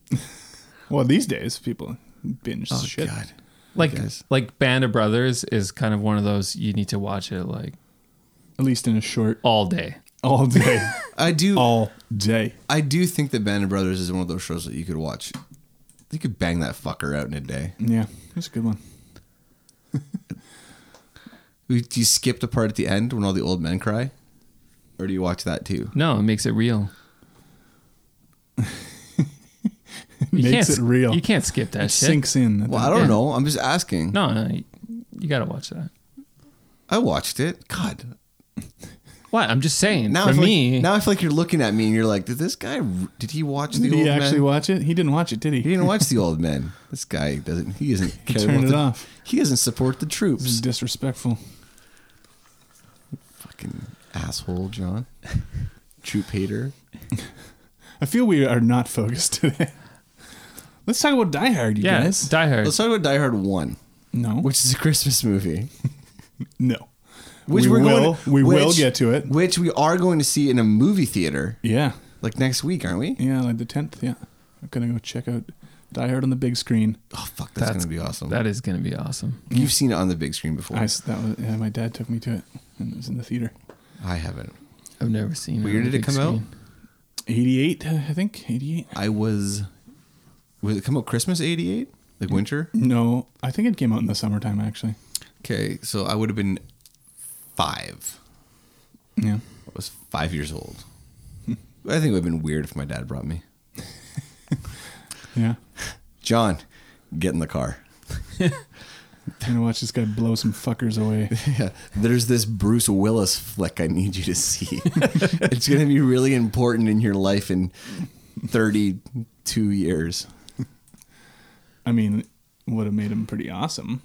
[SPEAKER 2] Well, these days people binge
[SPEAKER 1] Oh
[SPEAKER 2] shit.
[SPEAKER 1] God.
[SPEAKER 3] Like
[SPEAKER 1] guys.
[SPEAKER 3] like Band of Brothers is kind of one of those you need to watch it like
[SPEAKER 2] At least in a short
[SPEAKER 3] all day.
[SPEAKER 2] all day,
[SPEAKER 1] I do.
[SPEAKER 2] all day.
[SPEAKER 1] I do think that Band of Brothers is one of those shows that you could watch. You could bang that fucker out in a day.
[SPEAKER 2] Yeah, that's a good one.
[SPEAKER 1] You you skip the part at the end when all the old men cry, or do you watch that too?
[SPEAKER 3] No, it makes it real.
[SPEAKER 2] makes
[SPEAKER 3] can't,
[SPEAKER 2] it real.
[SPEAKER 3] You can't skip that
[SPEAKER 2] it
[SPEAKER 3] shit.
[SPEAKER 2] sinks in. at
[SPEAKER 1] Well,
[SPEAKER 2] the-
[SPEAKER 1] I don't
[SPEAKER 3] Yeah.
[SPEAKER 1] know. I'm just asking.
[SPEAKER 3] No, no, you, you got to watch that.
[SPEAKER 1] I watched it. God.
[SPEAKER 3] What? I'm just saying.
[SPEAKER 1] Now I
[SPEAKER 3] for
[SPEAKER 1] feel
[SPEAKER 3] me,
[SPEAKER 1] like, now I feel like you're looking at me and you're like, did this guy? r- Did he watch the
[SPEAKER 2] Did
[SPEAKER 1] old
[SPEAKER 2] he
[SPEAKER 1] men?
[SPEAKER 2] actually watch it? He didn't watch it, did he?
[SPEAKER 1] He didn't watch the old men. This guy doesn't. He doesn't care
[SPEAKER 2] turned
[SPEAKER 1] about
[SPEAKER 2] it
[SPEAKER 1] the,
[SPEAKER 2] off.
[SPEAKER 1] He doesn't support the
[SPEAKER 2] This is
[SPEAKER 1] troops.
[SPEAKER 2] disrespectful.
[SPEAKER 1] Fucking asshole, John. Troop hater.
[SPEAKER 2] I feel we are not focused today. Let's talk about Die Hard, you
[SPEAKER 3] yeah,
[SPEAKER 2] guys.
[SPEAKER 3] Die Hard.
[SPEAKER 1] Let's talk about Die Hard One,
[SPEAKER 2] no,
[SPEAKER 1] which is a Christmas movie.
[SPEAKER 2] no,
[SPEAKER 1] Which
[SPEAKER 2] we
[SPEAKER 1] we're
[SPEAKER 2] will.
[SPEAKER 1] Going,
[SPEAKER 2] we will
[SPEAKER 1] which-
[SPEAKER 2] get to it.
[SPEAKER 1] Which we are going to see in a movie theater
[SPEAKER 2] Yeah,
[SPEAKER 1] like next week, aren't we?
[SPEAKER 2] yeah, like the tenth. Yeah, I'm gonna go check out Die Hard on the big screen.
[SPEAKER 1] Oh fuck, that's,
[SPEAKER 3] That's-
[SPEAKER 1] gonna be awesome.
[SPEAKER 3] that is going to be awesome.
[SPEAKER 1] You've seen it on the big screen before.
[SPEAKER 2] I
[SPEAKER 1] I,
[SPEAKER 2] s that was yeah. My dad took me to it, and it was in the theater.
[SPEAKER 1] haven't.
[SPEAKER 3] I've never seen.
[SPEAKER 1] What
[SPEAKER 3] on
[SPEAKER 1] year
[SPEAKER 3] the
[SPEAKER 1] did it
[SPEAKER 3] big
[SPEAKER 1] come out?
[SPEAKER 3] screen.
[SPEAKER 2] Eighty-eight, I think. Eighty-eight.
[SPEAKER 1] I was. Was it come out Christmas '88?
[SPEAKER 2] Mm-hmm.
[SPEAKER 1] Like winter?
[SPEAKER 2] No, I think it came out in the summertime actually.
[SPEAKER 1] Okay, so I would have been five.
[SPEAKER 2] Yeah.
[SPEAKER 1] I was five years old. I think it would have been weird if my dad brought me.
[SPEAKER 2] Yeah.
[SPEAKER 1] John, get in the car.
[SPEAKER 2] I'm gonna watch this guy blow some fuckers away.
[SPEAKER 1] Yeah, there's this Bruce Willis flick I need you to see. it's going to be really important in your life in 32 years.
[SPEAKER 2] I mean, would have made him pretty awesome.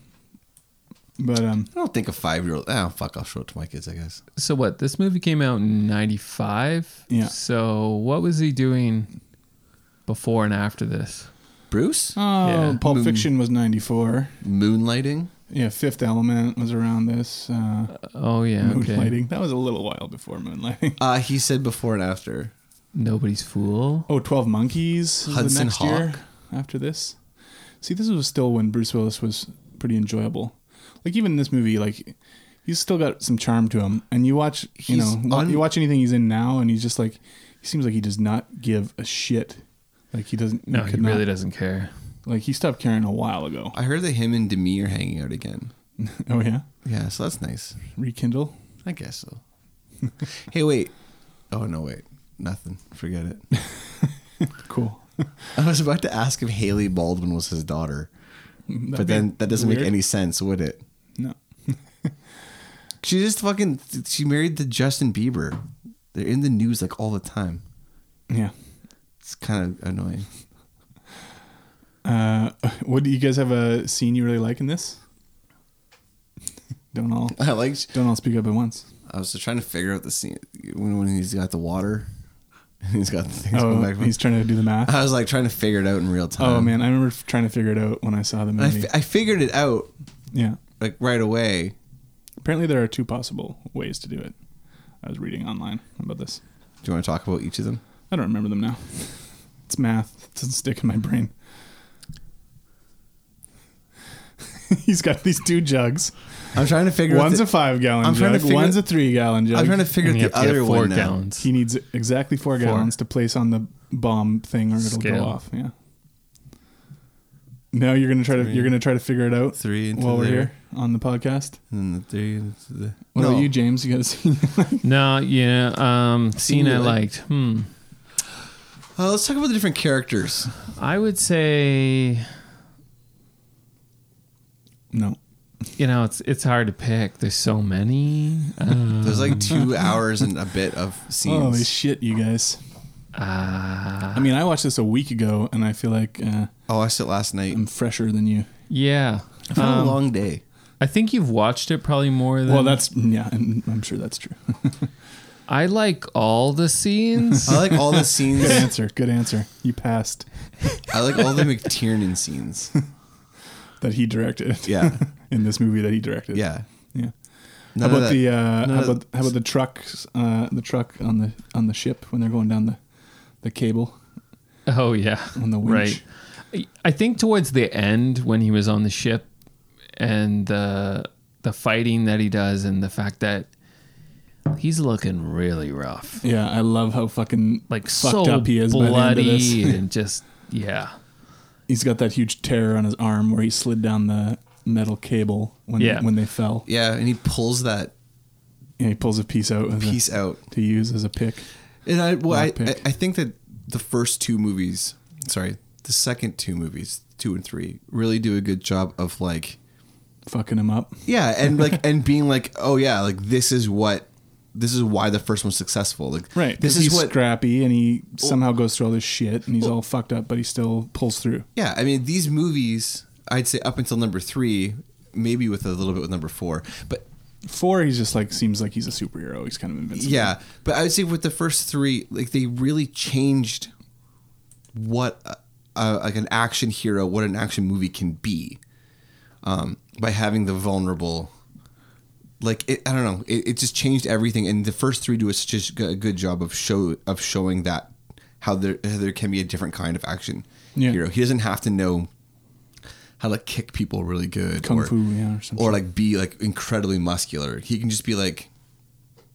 [SPEAKER 2] But um
[SPEAKER 1] I don't think a five year old. Oh, fuck, I'll show it to my kids, I guess.
[SPEAKER 3] So what? This movie came out in '95.
[SPEAKER 2] Yeah.
[SPEAKER 3] So what was he doing before and after this?
[SPEAKER 1] Bruce?
[SPEAKER 2] oh,
[SPEAKER 3] Yeah.
[SPEAKER 2] Pulp Fiction was 94.
[SPEAKER 1] Moonlighting?
[SPEAKER 2] Yeah, Fifth Element was around this. Uh,
[SPEAKER 3] Oh yeah. Okay.
[SPEAKER 2] Moonlighting. That was a little while before Moonlighting.
[SPEAKER 1] Uh, he said before and after.
[SPEAKER 3] Nobody's fool.
[SPEAKER 2] Oh, 12 Monkeys was
[SPEAKER 1] Hudson
[SPEAKER 2] the next year after this. See, this was still when Bruce Willis was pretty enjoyable. Like even in this movie, like he's still got some charm to him. And you watch, you
[SPEAKER 1] He's
[SPEAKER 2] know, wa-
[SPEAKER 1] un-
[SPEAKER 2] you watch anything he's in now, and he's just like, he seems like he does not give a shit. Like he doesn't.
[SPEAKER 3] No, he
[SPEAKER 2] could not-
[SPEAKER 3] really doesn't care.
[SPEAKER 2] Like he stopped caring a while ago.
[SPEAKER 1] I heard that him and Demi are hanging out again.
[SPEAKER 2] oh yeah,
[SPEAKER 1] Yeah, so that's nice.
[SPEAKER 2] rekindle.
[SPEAKER 1] I guess so. hey, wait. Oh, no, wait. Nothing. Forget it.
[SPEAKER 2] Cool.
[SPEAKER 1] I was about to ask if Haley Baldwin was his daughter,
[SPEAKER 2] That'd
[SPEAKER 1] but
[SPEAKER 2] be
[SPEAKER 1] then that doesn't make
[SPEAKER 2] weird.
[SPEAKER 1] any sense, would it?
[SPEAKER 2] No.
[SPEAKER 1] She just fucking she married to Justin Bieber. They're in the news like all the time.
[SPEAKER 2] Yeah.
[SPEAKER 1] It's kind of annoying.
[SPEAKER 2] Uh, what do you guys have a scene you really like in this? don't all
[SPEAKER 1] I like.
[SPEAKER 2] don't all speak up at once.
[SPEAKER 1] I was just trying to figure out the scene when, when he's got the water and he's got the things
[SPEAKER 2] Oh,
[SPEAKER 1] going back. and
[SPEAKER 2] he's
[SPEAKER 1] forth.
[SPEAKER 2] trying to do the math.
[SPEAKER 1] I was like trying to figure it out in real time.
[SPEAKER 2] Oh man, I remember f- trying to figure it out when I saw the
[SPEAKER 1] And I,
[SPEAKER 2] movie.
[SPEAKER 1] fi- I figured it out
[SPEAKER 2] yeah.
[SPEAKER 1] like right away.
[SPEAKER 2] Apparently, there are two possible ways to do it. I was reading online about this.
[SPEAKER 1] Do you want to talk about each of them?
[SPEAKER 2] I don't remember them now. It's math. It doesn't stick in my brain. He's got these two jugs.
[SPEAKER 1] I'm trying to figure
[SPEAKER 2] One's a
[SPEAKER 1] out. the-
[SPEAKER 2] five gallon
[SPEAKER 1] I'm trying to
[SPEAKER 2] jug.
[SPEAKER 1] figure-
[SPEAKER 2] One's a three gallon jug.
[SPEAKER 1] I'm trying to figure
[SPEAKER 3] And
[SPEAKER 1] out
[SPEAKER 3] you
[SPEAKER 1] the
[SPEAKER 3] have to get
[SPEAKER 1] other
[SPEAKER 3] four
[SPEAKER 1] one now.
[SPEAKER 3] gallons.
[SPEAKER 2] He needs exactly four, gallons to place on the bomb thing, or it'll
[SPEAKER 3] Scale.
[SPEAKER 2] go off. Yeah. Now you're gonna try to you you're gonna try to figure it out
[SPEAKER 1] Three into
[SPEAKER 2] while we're
[SPEAKER 1] there.
[SPEAKER 2] here on the podcast.
[SPEAKER 1] And the three. and the-
[SPEAKER 2] What
[SPEAKER 1] No.
[SPEAKER 2] about you, James? You got a scene?
[SPEAKER 3] No, yeah. Um,
[SPEAKER 1] Scene
[SPEAKER 3] scene
[SPEAKER 1] you
[SPEAKER 3] I
[SPEAKER 1] liked.
[SPEAKER 3] liked. Hmm.
[SPEAKER 1] Uh, let's talk about the different characters.
[SPEAKER 3] I would say
[SPEAKER 2] no.
[SPEAKER 3] you know it's it's hard to pick. There's so many. Uh,
[SPEAKER 1] There's like two hours and a bit of
[SPEAKER 2] Holy
[SPEAKER 1] scenes.
[SPEAKER 2] shit, you guys!
[SPEAKER 3] uh,
[SPEAKER 2] I mean, I watched this a week ago, and I feel like uh,
[SPEAKER 1] Oh, I watched it last night. Um,
[SPEAKER 2] I'm fresher than you.
[SPEAKER 3] yeah.
[SPEAKER 1] It's been a long day.
[SPEAKER 3] I think you've watched it probably more than.
[SPEAKER 2] Well, that's yeah, and I'm sure that's true.
[SPEAKER 3] I like all the scenes.
[SPEAKER 1] I like all the scenes.
[SPEAKER 2] Good answer. Good answer. You passed
[SPEAKER 1] I like all the McTiernan scenes.
[SPEAKER 2] that he directed.
[SPEAKER 1] Yeah.
[SPEAKER 2] in this movie that he directed.
[SPEAKER 1] Yeah.
[SPEAKER 2] yeah.
[SPEAKER 1] None
[SPEAKER 2] how
[SPEAKER 1] of
[SPEAKER 2] about
[SPEAKER 1] that-
[SPEAKER 2] the uh,
[SPEAKER 1] none
[SPEAKER 2] how
[SPEAKER 1] of
[SPEAKER 2] about how about the trucks uh, the truck on the on the ship when they're going down the the cable
[SPEAKER 3] oh yeah.
[SPEAKER 2] on the winch.
[SPEAKER 3] Right. I- I think towards the end when he was on the ship and the the fighting that he does and the fact that he's looking really rough.
[SPEAKER 2] Yeah, I love how fucking
[SPEAKER 3] Like
[SPEAKER 2] fucked
[SPEAKER 3] so
[SPEAKER 2] up he is by the end of
[SPEAKER 3] bloody
[SPEAKER 2] this.
[SPEAKER 3] and just yeah.
[SPEAKER 2] He's got that huge tear on his arm where he slid down the metal cable when
[SPEAKER 3] Yeah.
[SPEAKER 2] when they fell.
[SPEAKER 1] Yeah, and he pulls that
[SPEAKER 2] Yeah, he pulls a piece out as a-
[SPEAKER 1] piece out.
[SPEAKER 2] to use as a pick.
[SPEAKER 1] And I, well, I,
[SPEAKER 2] Lockpick.
[SPEAKER 1] I, I think that the first two movies, sorry, the second two movies, two and three, really do a good job of like
[SPEAKER 2] Fucking him up.
[SPEAKER 1] yeah, and like and being like, oh yeah, like this is what this is why the first one's successful. Like
[SPEAKER 2] Right.
[SPEAKER 1] this
[SPEAKER 2] he's
[SPEAKER 1] is what Oh.
[SPEAKER 2] scrappy and he somehow goes through all this shit and he's all fucked up, but he still pulls through.
[SPEAKER 1] Yeah, I mean these movies, I'd say up until number three, maybe with a little bit with number four, but
[SPEAKER 2] Four, he's just like seems like he's a superhero. He's kind of invincible.
[SPEAKER 1] yeah, but I would say with the first three, like they really changed what uh, uh, like an action hero, what an action movie can be, um, by having the vulnerable. Like it, I don't know, it, it just changed everything, and the first three do a, such a g- good job of show of showing that how there how there can be a different kind of action
[SPEAKER 2] Yeah.
[SPEAKER 1] hero. He doesn't have to know how to kick people really good,
[SPEAKER 2] Kung
[SPEAKER 1] or,
[SPEAKER 2] fu, yeah, or something.
[SPEAKER 1] or like be like incredibly muscular. He can just be like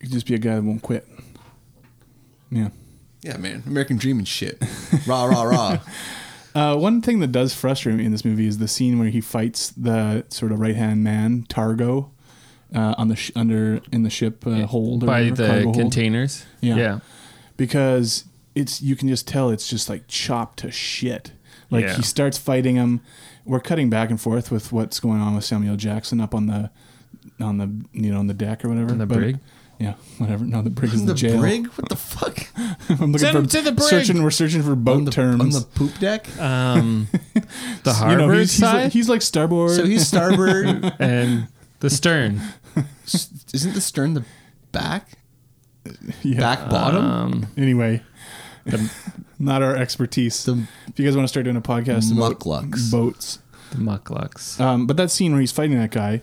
[SPEAKER 2] He could just be a guy that won't quit. Yeah.
[SPEAKER 1] Yeah, man. American Dream and shit. Rah, rah, rah.
[SPEAKER 2] Uh, one thing that does frustrate me in this movie is the scene where he fights the sort of right hand man Targo uh, on the sh- under in the ship uh, hold or
[SPEAKER 3] by
[SPEAKER 2] whatever,
[SPEAKER 3] the
[SPEAKER 2] cargo hold.
[SPEAKER 3] containers.
[SPEAKER 2] Yeah.
[SPEAKER 3] yeah.
[SPEAKER 2] because it's you can just tell it's just like chopped to shit. Like
[SPEAKER 3] Yeah.
[SPEAKER 2] he starts fighting him. We're cutting back and forth with what's going on with Samuel Jackson up on the on the you know on the deck or whatever
[SPEAKER 3] On the
[SPEAKER 2] But-
[SPEAKER 3] brig?
[SPEAKER 2] Yeah, whatever. No, the brig is
[SPEAKER 1] the
[SPEAKER 2] the, jail.
[SPEAKER 1] brig? What the fuck?
[SPEAKER 2] I'm looking
[SPEAKER 3] Send
[SPEAKER 2] for
[SPEAKER 3] him to the brig!
[SPEAKER 2] searching. We're searching for boat
[SPEAKER 1] on the,
[SPEAKER 2] terms.
[SPEAKER 1] On the poop deck?
[SPEAKER 3] Um, the
[SPEAKER 2] You
[SPEAKER 3] harbor
[SPEAKER 2] know, he's, he's
[SPEAKER 3] side
[SPEAKER 2] like, he's like starboard.
[SPEAKER 1] So he's starboard.
[SPEAKER 3] and the stern.
[SPEAKER 1] S- Isn't the stern the back?
[SPEAKER 2] Yeah.
[SPEAKER 1] Back bottom?
[SPEAKER 3] Um,
[SPEAKER 2] Anyway, not our expertise.
[SPEAKER 1] The-
[SPEAKER 2] if you guys want to start doing a podcast about
[SPEAKER 1] Mucklucks.
[SPEAKER 2] boats,
[SPEAKER 3] the mucklucks.
[SPEAKER 2] um, but that scene where he's fighting that guy,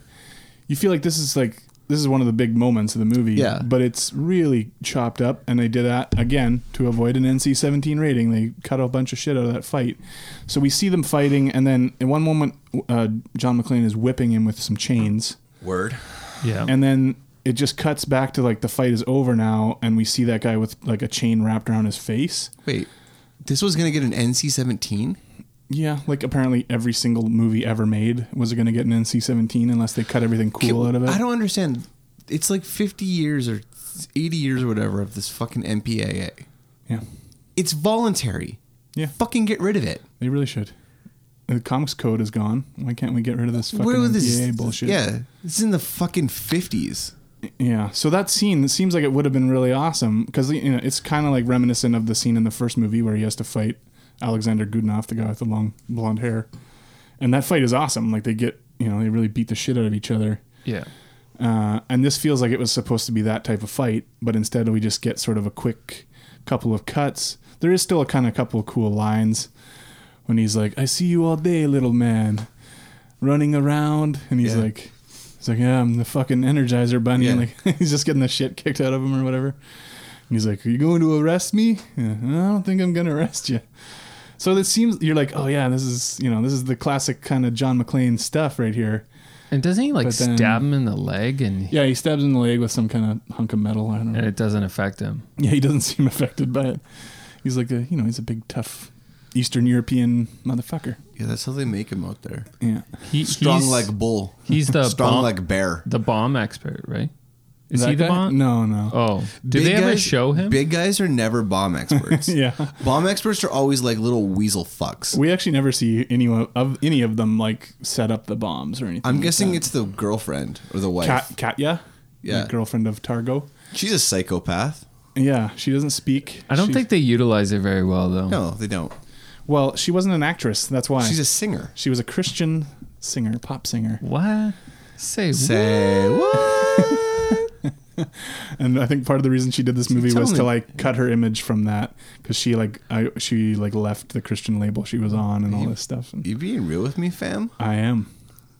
[SPEAKER 2] you feel like this is like this is one of the big moments of the movie.
[SPEAKER 1] Yeah.
[SPEAKER 2] But it's really chopped up, and they did that again to avoid an NC-17 rating. They cut a bunch of shit out of that fight. So we see them fighting, and then in one moment, uh, John McClane is whipping him with some chains.
[SPEAKER 1] Word.
[SPEAKER 3] Yeah.
[SPEAKER 2] and then it just cuts back to like the fight is over now and we see that guy with like a chain wrapped around his face
[SPEAKER 1] Wait. This was going to get an NC 17?
[SPEAKER 2] yeah like apparently every single movie ever made was going to get an nc-17 unless they cut everything cool out of it
[SPEAKER 1] I don't understand. It's like 50 years or 80 years or whatever of this fucking MPAA.
[SPEAKER 2] yeah
[SPEAKER 1] It's voluntary.
[SPEAKER 2] Yeah.
[SPEAKER 1] Fucking get rid of it.
[SPEAKER 2] they really should the comics code is gone why can't we get rid of this fucking
[SPEAKER 1] Where was this?
[SPEAKER 2] NPAA bullshit
[SPEAKER 1] Yeah. It's in the fucking 50s.
[SPEAKER 2] yeah so that scene it seems like it would have been really awesome because you know it's kind of like reminiscent of the scene in the first movie where he has to fight alexander gudinov the guy with the long blonde hair and that fight is awesome like they get you know they really beat the shit out of each other
[SPEAKER 3] yeah.
[SPEAKER 2] Uh, and this feels like it was supposed to be that type of fight, but instead we just get sort of a quick couple of cuts. There is still a kind of couple of cool lines when he's like, "I see you all day, little man, running around," and he's
[SPEAKER 1] Yeah.
[SPEAKER 2] like, "He's like, yeah, I'm the fucking Energizer Bunny."
[SPEAKER 1] Yeah.
[SPEAKER 2] Like he's just getting the shit kicked out of him or whatever. And he's like, "Are you going to arrest me?" Yeah, I don't think I'm gonna arrest you. So this seems you're like, "Oh yeah, this is you know this is the classic kind of John McClane stuff right here."
[SPEAKER 3] And doesn't he like
[SPEAKER 2] But then-
[SPEAKER 3] stab him in the leg and
[SPEAKER 2] Yeah, he stabs him in the leg with some kind of hunk of metal. I don't know.
[SPEAKER 3] and it doesn't affect him?
[SPEAKER 2] Yeah, he doesn't seem affected by it. He's like a, you know, he's a big tough Eastern European motherfucker.
[SPEAKER 1] Yeah, that's how they make him out there.
[SPEAKER 2] Yeah.
[SPEAKER 3] He,
[SPEAKER 1] Strong
[SPEAKER 3] he's
[SPEAKER 1] like bull.
[SPEAKER 3] he's the
[SPEAKER 1] strong
[SPEAKER 3] bomb-
[SPEAKER 1] like bear.
[SPEAKER 3] the bomb expert, right? Is
[SPEAKER 2] That
[SPEAKER 3] he the
[SPEAKER 2] guy?
[SPEAKER 3] bomb?
[SPEAKER 2] No, no.
[SPEAKER 3] Oh, did they ever show him?
[SPEAKER 1] Big guys are never bomb experts.
[SPEAKER 2] Yeah.
[SPEAKER 1] Bomb experts are always like little weasel fucks.
[SPEAKER 2] We actually never see anyone of any of them like set up the bombs or anything.
[SPEAKER 1] I'm
[SPEAKER 2] like
[SPEAKER 1] guessing
[SPEAKER 2] that.
[SPEAKER 1] it's the girlfriend or the wife.
[SPEAKER 2] Kat, Katya,
[SPEAKER 1] Yeah.
[SPEAKER 2] the girlfriend of Targo.
[SPEAKER 1] She's a psychopath.
[SPEAKER 2] Yeah, she doesn't speak.
[SPEAKER 3] I don't
[SPEAKER 2] She's-
[SPEAKER 3] think they utilize it very well though.
[SPEAKER 1] No, they don't.
[SPEAKER 2] Well, she wasn't an actress. That's why
[SPEAKER 1] She's a singer.
[SPEAKER 2] she was a Christian singer, pop singer,
[SPEAKER 3] What? Say, what?
[SPEAKER 1] Say what?
[SPEAKER 2] and I think part of the reason she did this movie
[SPEAKER 1] tell
[SPEAKER 2] was
[SPEAKER 1] me-
[SPEAKER 2] to like cut her image from that because she like I she like left the Christian label she was on and all this stuff. And-
[SPEAKER 1] you being real with me, fam?
[SPEAKER 2] I am.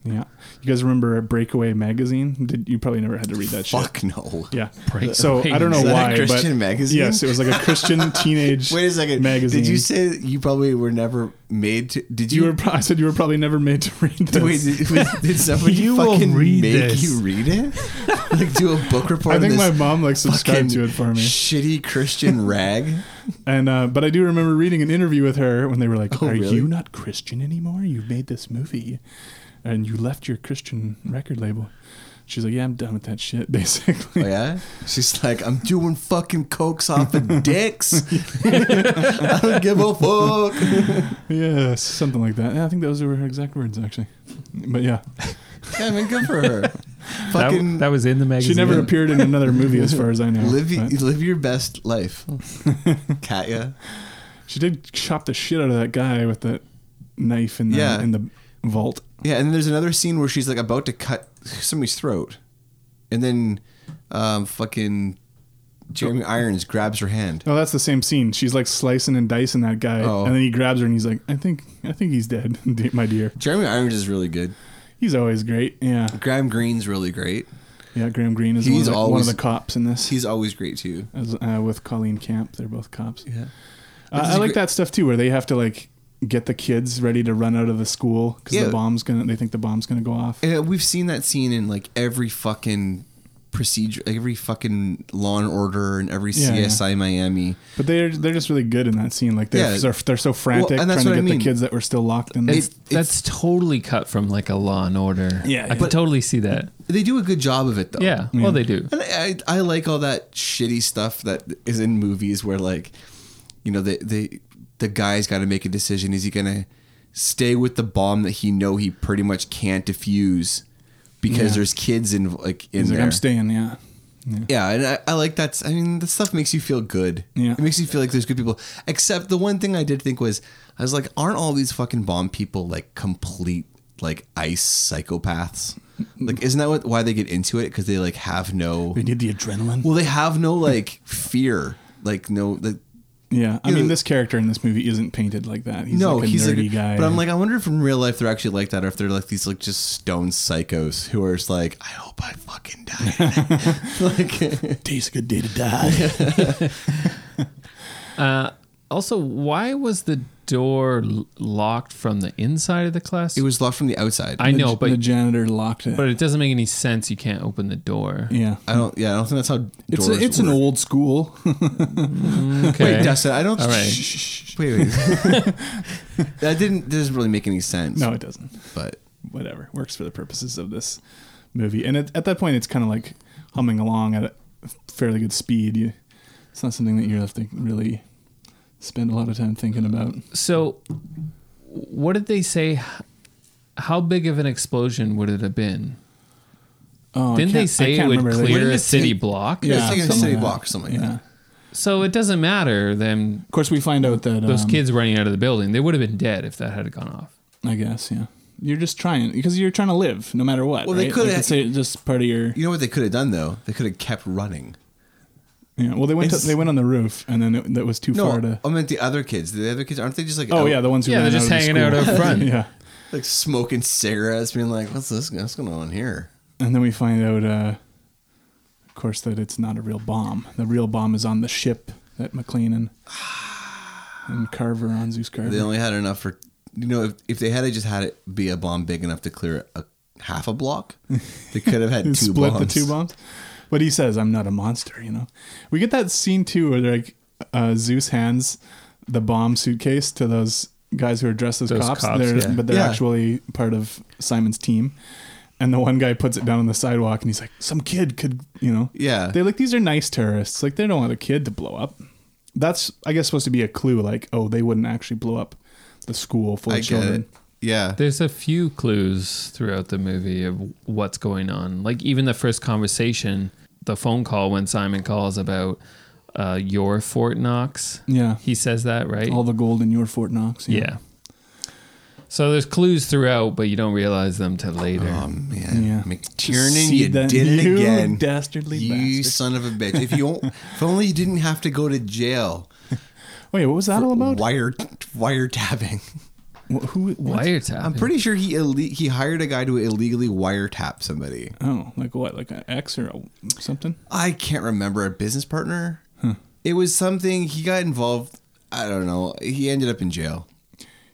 [SPEAKER 2] Yeah. You guys remember Breakaway magazine? Did you probably never had to read that shit?
[SPEAKER 1] Fuck no.
[SPEAKER 2] Yeah. So I don't know
[SPEAKER 1] Is that a
[SPEAKER 2] why,
[SPEAKER 1] Christian
[SPEAKER 2] but
[SPEAKER 1] magazine?
[SPEAKER 2] yes, it was like a Christian teenage.
[SPEAKER 1] Wait a second.
[SPEAKER 2] Magazine.
[SPEAKER 1] Did you say that you probably were never made to? Did you?
[SPEAKER 2] you were? pro- I said you were probably never made to read this.
[SPEAKER 1] Wait, did, was- did somebody
[SPEAKER 3] You will
[SPEAKER 1] fucking
[SPEAKER 3] read
[SPEAKER 1] make
[SPEAKER 3] this.
[SPEAKER 1] you read it? Like do a book report?
[SPEAKER 2] I
[SPEAKER 1] on
[SPEAKER 2] think
[SPEAKER 1] this
[SPEAKER 2] my mom like subscribed
[SPEAKER 1] fucking
[SPEAKER 2] to it for me,
[SPEAKER 1] Shitty Christian rag.
[SPEAKER 2] and uh, but I do remember reading an interview with her when they were like,
[SPEAKER 1] Oh,
[SPEAKER 2] "Are
[SPEAKER 1] really?
[SPEAKER 2] you not Christian anymore? You made this movie, and you left your Christian record label." She's like, yeah, I'm done with that shit, basically.
[SPEAKER 1] Oh, yeah? She's like, I'm doing fucking cokes off of dicks. I don't give a fuck.
[SPEAKER 2] yeah, something like that. Yeah, I think those were her exact words, actually. But yeah,
[SPEAKER 1] Yeah, I mean, good for her.
[SPEAKER 3] That,
[SPEAKER 1] Fucking
[SPEAKER 3] that was in the
[SPEAKER 2] she
[SPEAKER 3] magazine.
[SPEAKER 2] never appeared in another movie, as far as I know.
[SPEAKER 1] live, y-
[SPEAKER 2] but
[SPEAKER 1] live your best life. Katya.
[SPEAKER 2] she did chop the shit out of that guy with that knife in the
[SPEAKER 1] Yeah.
[SPEAKER 2] in the vault.
[SPEAKER 1] Yeah, and then there's another scene where she's like about to cut somebody's throat. And then um, fucking Jeremy Irons grabs her hand.
[SPEAKER 2] No, Oh, that's the same scene. She's like slicing and dicing that guy,
[SPEAKER 1] Oh.
[SPEAKER 2] and then he grabs her and he's like, "I think, I think he's dead, de- my dear."
[SPEAKER 1] Jeremy Irons is really good.
[SPEAKER 2] He's always great. Yeah,
[SPEAKER 1] Graham Greene's really great.
[SPEAKER 2] yeah. Graham Greene is one of,
[SPEAKER 1] He's
[SPEAKER 2] the, one
[SPEAKER 1] always-
[SPEAKER 2] of the cops in this.
[SPEAKER 1] He's always great too.
[SPEAKER 2] as, uh, with Colleen Camp. They're both cops.
[SPEAKER 1] Yeah.
[SPEAKER 2] Uh,
[SPEAKER 1] This
[SPEAKER 2] I
[SPEAKER 1] is
[SPEAKER 2] like
[SPEAKER 1] great-
[SPEAKER 2] that stuff too, where they have to like get the kids ready to run out of the school because
[SPEAKER 1] Yeah.
[SPEAKER 2] the bomb's gonna. They think the bomb's gonna go off.
[SPEAKER 1] Yeah, we've seen that scene in like every fucking procedure, like every fucking Law and Order and every
[SPEAKER 2] Yeah, yeah.
[SPEAKER 1] CSI Miami.
[SPEAKER 2] But they're they're just really good in that scene. Like they're
[SPEAKER 1] Yeah.
[SPEAKER 2] they're, they're so frantic
[SPEAKER 1] Well, and
[SPEAKER 2] trying
[SPEAKER 1] that's
[SPEAKER 2] to
[SPEAKER 1] what
[SPEAKER 2] get
[SPEAKER 1] I mean.
[SPEAKER 2] the kids that were still locked in. there.
[SPEAKER 1] It's-
[SPEAKER 3] That's totally cut from like a Law and Order.
[SPEAKER 2] Yeah, Oh,
[SPEAKER 3] I
[SPEAKER 2] yeah.
[SPEAKER 3] can totally see that.
[SPEAKER 1] They do a good job of it though.
[SPEAKER 3] Yeah, well, they do.
[SPEAKER 1] And I, I I like all that shitty stuff that is in movies where like, you know, they they the guy's got to make a decision. Is he gonna stay with the bomb that he know he pretty much can't defuse because
[SPEAKER 2] Yeah.
[SPEAKER 1] there's kids in like in
[SPEAKER 2] He's
[SPEAKER 1] there.
[SPEAKER 2] like, I'm staying. Yeah.
[SPEAKER 1] Yeah, and I, I like that. I mean, the stuff makes you feel good.
[SPEAKER 2] Yeah.
[SPEAKER 1] It makes you feel like there's good people. Except the one thing I did think was, I was like, aren't all these fucking bomb people like complete like ice psychopaths? Like, isn't that what, why they get into it? Because they like have no,
[SPEAKER 2] They need the adrenaline.
[SPEAKER 1] well, they have no like fear, like no, like,
[SPEAKER 2] yeah. I
[SPEAKER 1] Yeah.
[SPEAKER 2] mean, this character in this movie isn't painted like that. He's
[SPEAKER 1] no,
[SPEAKER 2] like a
[SPEAKER 1] he's
[SPEAKER 2] nerdy
[SPEAKER 1] like,
[SPEAKER 2] guy.
[SPEAKER 1] but I'm like, I wonder if in real life they're actually like that, or if they're like these like just stone psychos who are just like, I hope I fucking die. like,
[SPEAKER 2] today's a good day to die.
[SPEAKER 3] Also, why was the door l- locked from the inside of the class?
[SPEAKER 1] it was locked from the outside.
[SPEAKER 3] I know, but
[SPEAKER 2] the janitor locked it.
[SPEAKER 3] but it doesn't make any sense. You can't open the door.
[SPEAKER 2] yeah.
[SPEAKER 1] I don't. Yeah, I don't think that's how.
[SPEAKER 2] It's
[SPEAKER 1] doors
[SPEAKER 2] a, it's an
[SPEAKER 1] work.
[SPEAKER 2] old school.
[SPEAKER 3] Okay.
[SPEAKER 1] Wait, Dustin, I don't.
[SPEAKER 3] All right.
[SPEAKER 1] Shh, shh, shh, shh. Wait, wait. that didn't. Doesn't really make any sense.
[SPEAKER 2] no, it doesn't.
[SPEAKER 1] but
[SPEAKER 2] whatever works for the purposes of this movie. And at, at that point, it's kind of like humming along at a fairly good speed. You, it's not something that you have to really spend a lot of time thinking about.
[SPEAKER 3] So, what did they say? H- How big of an explosion would it have been?
[SPEAKER 2] Oh, I
[SPEAKER 3] Didn't they
[SPEAKER 2] can't- I
[SPEAKER 3] say it
[SPEAKER 2] can't
[SPEAKER 3] would
[SPEAKER 2] remember. They-
[SPEAKER 3] clear
[SPEAKER 1] Wouldn't
[SPEAKER 3] a
[SPEAKER 1] it
[SPEAKER 3] city
[SPEAKER 1] take-
[SPEAKER 3] block?
[SPEAKER 1] yeah,
[SPEAKER 2] Yeah,
[SPEAKER 1] it's like a
[SPEAKER 2] something
[SPEAKER 1] city
[SPEAKER 2] like
[SPEAKER 1] block or
[SPEAKER 2] that.
[SPEAKER 1] something like
[SPEAKER 2] Yeah.
[SPEAKER 1] that.
[SPEAKER 3] So it doesn't matter. Then
[SPEAKER 2] Of course, we find out that
[SPEAKER 3] those
[SPEAKER 2] um,
[SPEAKER 3] kids running out of the building, they would have been dead if that had gone off.
[SPEAKER 2] I guess, yeah. You're just trying because you're trying to live no matter what.
[SPEAKER 1] Well, they
[SPEAKER 2] right?
[SPEAKER 1] could
[SPEAKER 2] Like,
[SPEAKER 1] have-
[SPEAKER 2] it's a- just part of your.
[SPEAKER 1] You know what they could have done though? They could have kept running.
[SPEAKER 2] Yeah. Well, they went. To,
[SPEAKER 1] It's-
[SPEAKER 2] they went on the roof, and then it, that was too
[SPEAKER 1] No, oh,
[SPEAKER 2] far to.
[SPEAKER 1] I meant the other kids. The other kids aren't they just like
[SPEAKER 2] Oh
[SPEAKER 1] out,
[SPEAKER 2] yeah, the ones who
[SPEAKER 3] Yeah,
[SPEAKER 2] ran
[SPEAKER 3] they're just
[SPEAKER 2] out of the
[SPEAKER 3] hanging out
[SPEAKER 2] school.
[SPEAKER 3] out front.
[SPEAKER 2] yeah.
[SPEAKER 1] like smoking cigarettes, being like, "What's this? What's going on here?"
[SPEAKER 2] And then we find out, uh, of course, that it's not a real bomb. The real bomb is on the ship that McLean and, and Carver on Zeus Carver.
[SPEAKER 1] They only had enough for you know if, if they had just had it be a bomb big enough to clear a half a block, they could have had
[SPEAKER 2] They
[SPEAKER 1] two
[SPEAKER 2] split
[SPEAKER 1] bombs.
[SPEAKER 2] the two bombs. But he says, "I'm not a monster," you know. We get that scene too, where they're like uh, Zeus hands the bomb suitcase to those guys who are dressed as
[SPEAKER 3] Those
[SPEAKER 2] cops,
[SPEAKER 3] cops,
[SPEAKER 2] they're,
[SPEAKER 3] yeah.
[SPEAKER 2] but they're
[SPEAKER 1] Yeah.
[SPEAKER 2] actually part of Simon's team. And the one guy puts it down on the sidewalk, and he's like, "Some kid could, you know."
[SPEAKER 1] Yeah.
[SPEAKER 2] They're like, "These are nice terrorists. Like, they don't want a kid to blow up." That's, I guess, supposed to be a clue. Like, oh, they wouldn't actually blow up the school full
[SPEAKER 1] I
[SPEAKER 2] of
[SPEAKER 1] get
[SPEAKER 2] children.
[SPEAKER 1] it. Yeah.
[SPEAKER 3] There's a few clues throughout the movie of what's going on. Like even the first conversation, the phone call when Simon calls about uh, your Fort Knox.
[SPEAKER 2] Yeah.
[SPEAKER 3] He says that, right?
[SPEAKER 2] All the gold in your Fort Knox.
[SPEAKER 3] yeah. So there's clues throughout, but you don't realize them till later.
[SPEAKER 1] Oh
[SPEAKER 2] Um,
[SPEAKER 1] man,
[SPEAKER 2] Yeah.
[SPEAKER 1] McTiernan,
[SPEAKER 2] See
[SPEAKER 1] you
[SPEAKER 2] that-
[SPEAKER 1] did it
[SPEAKER 2] you
[SPEAKER 1] again,
[SPEAKER 2] dastardly
[SPEAKER 1] you
[SPEAKER 2] bastard.
[SPEAKER 1] son of a bitch! If you, don't- if only you didn't have to go to jail.
[SPEAKER 2] Wait, Oh, what was that all about?
[SPEAKER 1] Wire wiretapping.
[SPEAKER 2] Wh- Who? What?
[SPEAKER 3] Wiretap.
[SPEAKER 1] I'm pretty sure he ille- he hired a guy to illegally wiretap somebody.
[SPEAKER 2] Oh, like what? Like an X or a, something?
[SPEAKER 1] I can't remember a business partner. It was something he got involved. I don't know. He ended up in jail.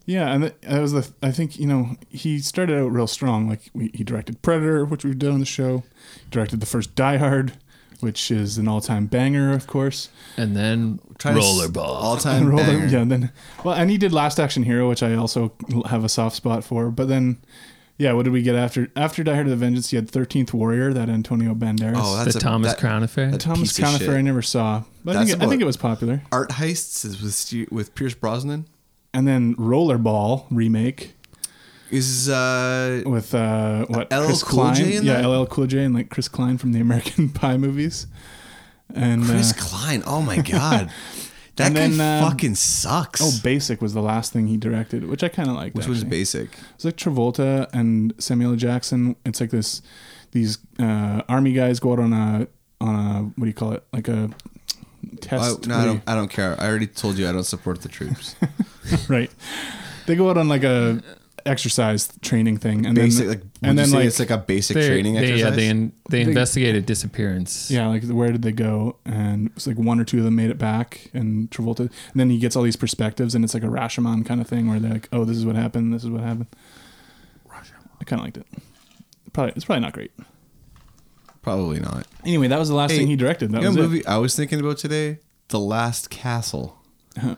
[SPEAKER 2] Yeah, and that, that was the. I think you know he started out real strong. Like we, he directed Predator, which we've done on the show. directed the first Die Hard, which is an all-time banger, of course.
[SPEAKER 3] and then rollerball.
[SPEAKER 1] all time
[SPEAKER 2] And rolled
[SPEAKER 1] banger.
[SPEAKER 2] yeah, and then well, and he did Last Action Hero, which I also have a soft spot for. But then, Yeah, what did we get after after Die Hard of the Vengeance? You had Thirteenth Warrior, that Antonio Banderas.
[SPEAKER 1] Oh,
[SPEAKER 3] The
[SPEAKER 1] that's a-
[SPEAKER 3] Thomas
[SPEAKER 1] that-
[SPEAKER 3] Crown affair.
[SPEAKER 1] that-
[SPEAKER 2] Thomas
[SPEAKER 1] piece of
[SPEAKER 2] Crown
[SPEAKER 1] shit.
[SPEAKER 2] Affair I never saw, but I
[SPEAKER 1] That's
[SPEAKER 2] think, it, I think
[SPEAKER 1] what-
[SPEAKER 2] it was popular.
[SPEAKER 1] Art heists is with Ste- with Pierce Brosnan.
[SPEAKER 2] And then Rollerball remake
[SPEAKER 1] Is uh
[SPEAKER 2] with uh, what
[SPEAKER 1] LL
[SPEAKER 2] Chris
[SPEAKER 1] Cool
[SPEAKER 2] Klein?
[SPEAKER 1] J in
[SPEAKER 2] yeah,
[SPEAKER 1] that?
[SPEAKER 2] LL Cool J and like Chris Klein from the American Pie movies. And
[SPEAKER 1] Chris
[SPEAKER 2] uh,
[SPEAKER 1] Klein? Oh my god, that
[SPEAKER 2] And
[SPEAKER 1] guy
[SPEAKER 2] then, um,
[SPEAKER 1] fucking sucks.
[SPEAKER 2] oh, Basic was the last thing he directed, which I kind of liked.
[SPEAKER 1] which was
[SPEAKER 2] actually.
[SPEAKER 1] basic.
[SPEAKER 2] It's like Travolta and Samuel L. Jackson. It's like this, these uh, army guys go out on a on a what do you call it? Like a
[SPEAKER 1] I,
[SPEAKER 2] test.
[SPEAKER 1] Oh, no,
[SPEAKER 2] what
[SPEAKER 1] I
[SPEAKER 2] do
[SPEAKER 1] don't. I don't care. I already told you I don't support the troops.
[SPEAKER 2] you- right. They go out on like a exercise training thing, and
[SPEAKER 1] basic,
[SPEAKER 2] then
[SPEAKER 1] like,
[SPEAKER 2] and then like,
[SPEAKER 1] it's like a basic
[SPEAKER 3] They-
[SPEAKER 1] training
[SPEAKER 3] they,
[SPEAKER 1] exercise.
[SPEAKER 3] Yeah, they, in, they investigated disappearance.
[SPEAKER 2] yeah, like where did they go? And it's like one or two of them made it back, and Travolta, and then he gets all these perspectives, and it's like a Rashomon kind of thing where they're like, oh, this is what happened, this is what happened. I kind of liked it. Probably it's probably not great.
[SPEAKER 1] Probably not.
[SPEAKER 2] Anyway, that was the last
[SPEAKER 1] Hey,
[SPEAKER 2] thing he directed.
[SPEAKER 1] you
[SPEAKER 2] That
[SPEAKER 1] know
[SPEAKER 2] was
[SPEAKER 1] a
[SPEAKER 2] it.
[SPEAKER 1] movie I was thinking about today, The Last Castle,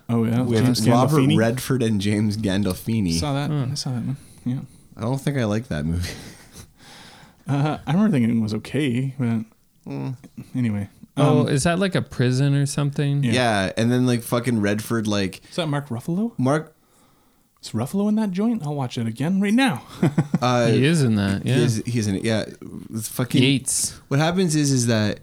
[SPEAKER 2] Oh yeah,
[SPEAKER 1] with
[SPEAKER 2] James
[SPEAKER 1] Robert
[SPEAKER 2] Gandolfini.
[SPEAKER 1] Redford and James Gandolfini.
[SPEAKER 2] Saw that. I saw that one. Yeah.
[SPEAKER 1] I don't think I like that movie.
[SPEAKER 2] Uh, I remember thinking it was okay, but
[SPEAKER 1] Hmm.
[SPEAKER 2] anyway. Um,
[SPEAKER 3] Oh, is that like a prison or something?
[SPEAKER 2] Yeah.
[SPEAKER 1] Yeah. and then like fucking Redford, like
[SPEAKER 2] is that Mark Ruffalo?
[SPEAKER 1] Mark.
[SPEAKER 2] Is Ruffalo in that joint? I'll watch it again right now.
[SPEAKER 1] Uh,
[SPEAKER 3] He is in that. Yeah.
[SPEAKER 1] He is, he is in it. Yeah, it's fucking.
[SPEAKER 3] Yates.
[SPEAKER 1] What happens is is that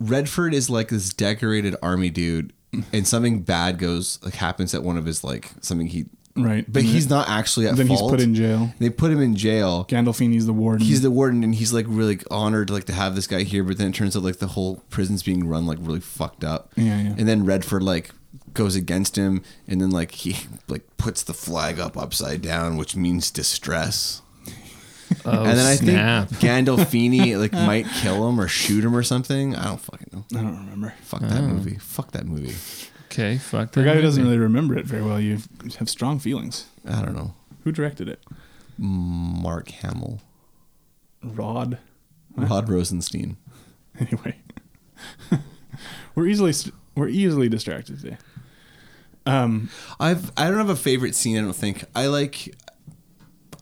[SPEAKER 1] Redford is like this decorated army dude, and something bad goes like happens at one of his like something he.
[SPEAKER 2] right.
[SPEAKER 1] But he's not actually at
[SPEAKER 2] Then he's
[SPEAKER 1] fault.
[SPEAKER 2] put in jail.
[SPEAKER 1] They put him in jail.
[SPEAKER 2] Gandolfini's the warden.
[SPEAKER 1] He's the warden, and he's like really honored like to have this guy here. But then it turns out like the whole prison's being run like really fucked up.
[SPEAKER 2] Yeah, yeah.
[SPEAKER 1] And then Redford like goes against him, and then like he like puts the flag up upside down, which means distress.
[SPEAKER 3] Oh,
[SPEAKER 1] and then I
[SPEAKER 3] snap.
[SPEAKER 1] think Gandolfini like might kill him or shoot him or something. I don't fucking know.
[SPEAKER 2] I don't remember.
[SPEAKER 1] Fuck
[SPEAKER 3] Oh.
[SPEAKER 1] that movie. Fuck that movie.
[SPEAKER 3] okay, fuck that.
[SPEAKER 2] The guy who doesn't
[SPEAKER 3] movie.
[SPEAKER 2] really remember it very well, you have strong feelings.
[SPEAKER 1] I don't know.
[SPEAKER 2] Who directed it?
[SPEAKER 1] Mark Hamill,
[SPEAKER 2] Rod.
[SPEAKER 1] Rod Rosenstein.
[SPEAKER 2] Anyway, we're easily we're easily distracted today.
[SPEAKER 1] I've I don't have a favorite scene. I don't think I like.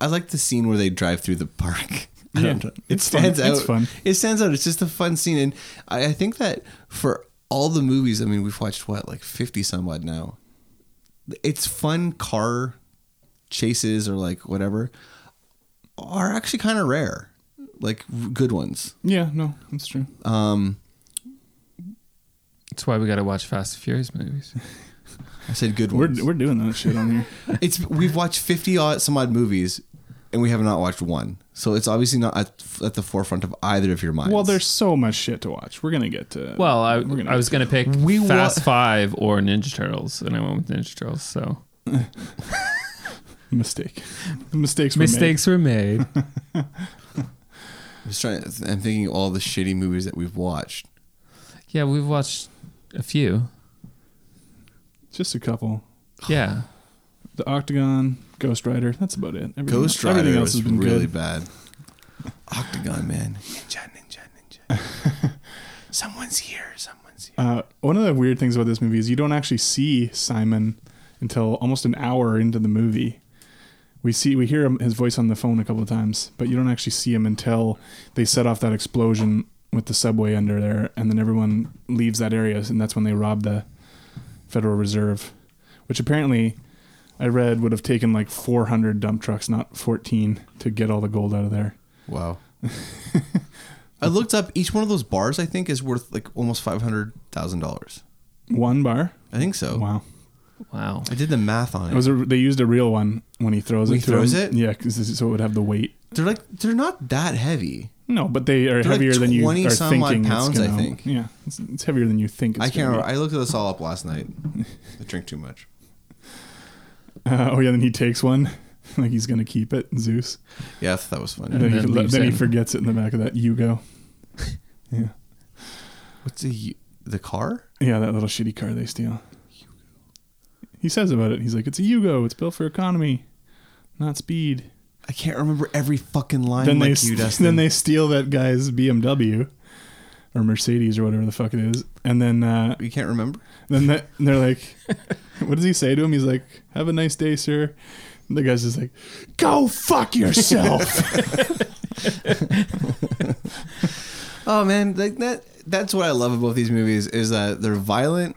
[SPEAKER 1] I like the scene where they drive through the park. I
[SPEAKER 2] Yeah,
[SPEAKER 1] don't know. It
[SPEAKER 2] it's fun.
[SPEAKER 1] stands out.
[SPEAKER 2] It's fun.
[SPEAKER 1] It stands out. It's just a fun scene, and I, I think that for all the movies, I mean, we've watched what like fifty some odd now. It's fun car chases or like whatever are actually kind of rare, like r- good ones.
[SPEAKER 2] Yeah, no, that's true.
[SPEAKER 3] That's why we got to watch Fast and Furious movies.
[SPEAKER 1] I said good
[SPEAKER 2] We're
[SPEAKER 1] ones.
[SPEAKER 2] we're doing that shit on here.
[SPEAKER 1] it's we've watched 50 odd some odd movies and we have not watched one so it's obviously not at, at the forefront of either of your minds
[SPEAKER 2] Well, there's so much shit to watch. We're gonna get to.
[SPEAKER 3] Well, I,
[SPEAKER 2] we're gonna
[SPEAKER 3] I was
[SPEAKER 2] get
[SPEAKER 3] going to pick
[SPEAKER 1] We wa-
[SPEAKER 3] Fast Five or Ninja Turtles, and I went with Ninja Turtles. So
[SPEAKER 2] to- mistake. Mistakes. Were
[SPEAKER 3] mistakes were made.
[SPEAKER 1] I'm, just trying, I'm thinking of all the shitty movies that we've watched
[SPEAKER 3] yeah, we've watched a few.
[SPEAKER 2] made. Just a couple.
[SPEAKER 3] Yeah.
[SPEAKER 2] The Octagon, Ghost Rider. That's about it. Everything,
[SPEAKER 1] ghost rider
[SPEAKER 2] Everything else
[SPEAKER 1] was
[SPEAKER 2] has been
[SPEAKER 1] really
[SPEAKER 2] good.
[SPEAKER 1] bad octagon man ninja ninja ninja someone's here someone's here
[SPEAKER 2] Uh, one of the weird things about this movie is you don't actually see Simon until almost an hour into the movie. We see we hear him, his voice on the phone a couple of times, but you don't actually see him until they set off that explosion with the subway under there, and then everyone leaves that area, and that's when they rob the Federal Reserve, which apparently I read would have taken like 400 dump trucks, not 14, to get all the gold out of there.
[SPEAKER 1] wow i looked up each one of those bars i think is worth like almost $500000
[SPEAKER 2] One bar.
[SPEAKER 1] i think so
[SPEAKER 2] Wow.
[SPEAKER 3] Wow.
[SPEAKER 1] i did the math on it
[SPEAKER 2] It was a, they used a real one when he throws
[SPEAKER 1] When
[SPEAKER 2] it.
[SPEAKER 1] he
[SPEAKER 2] to
[SPEAKER 1] throws
[SPEAKER 2] him.
[SPEAKER 1] it?
[SPEAKER 2] yeah, 'cause this is- so it would have the weight.
[SPEAKER 1] they're like they're not that heavy
[SPEAKER 2] No, but they are
[SPEAKER 1] They're like
[SPEAKER 2] heavier than you are
[SPEAKER 1] 20 some
[SPEAKER 2] thinking.
[SPEAKER 1] odd
[SPEAKER 2] it's
[SPEAKER 1] pounds, I
[SPEAKER 2] gonna-
[SPEAKER 1] think.
[SPEAKER 2] Yeah, it's, it's heavier than you think. It's
[SPEAKER 1] I can't
[SPEAKER 2] gonna
[SPEAKER 1] remember. I looked this all up last night. I drink too much.
[SPEAKER 2] be. Uh, oh yeah, then he takes one, like he's gonna keep it, Zeus.
[SPEAKER 1] Yeah, I thought that was funny.
[SPEAKER 2] And then,
[SPEAKER 3] then
[SPEAKER 2] he,
[SPEAKER 3] leaves
[SPEAKER 2] then he
[SPEAKER 3] it.
[SPEAKER 2] forgets it in the back of that Yugo. yeah,
[SPEAKER 1] What's the the car?
[SPEAKER 2] yeah, that little shitty car they steal. He says about it. He's like, "It's a Yugo. It's built for economy, not speed."
[SPEAKER 1] I can't remember every fucking line
[SPEAKER 2] then they
[SPEAKER 1] like
[SPEAKER 2] s-
[SPEAKER 1] you, Dustin.
[SPEAKER 2] then they steal that guy's BMW or Mercedes or whatever the fuck it is, and then uh,
[SPEAKER 1] you can't remember.
[SPEAKER 2] Then that, and they're like, "What does he say to him?" He's like, "Have a nice day, sir." The guy's just like, "Go fuck yourself."
[SPEAKER 1] Oh man, like that that's what I love about these movies is that they're violent.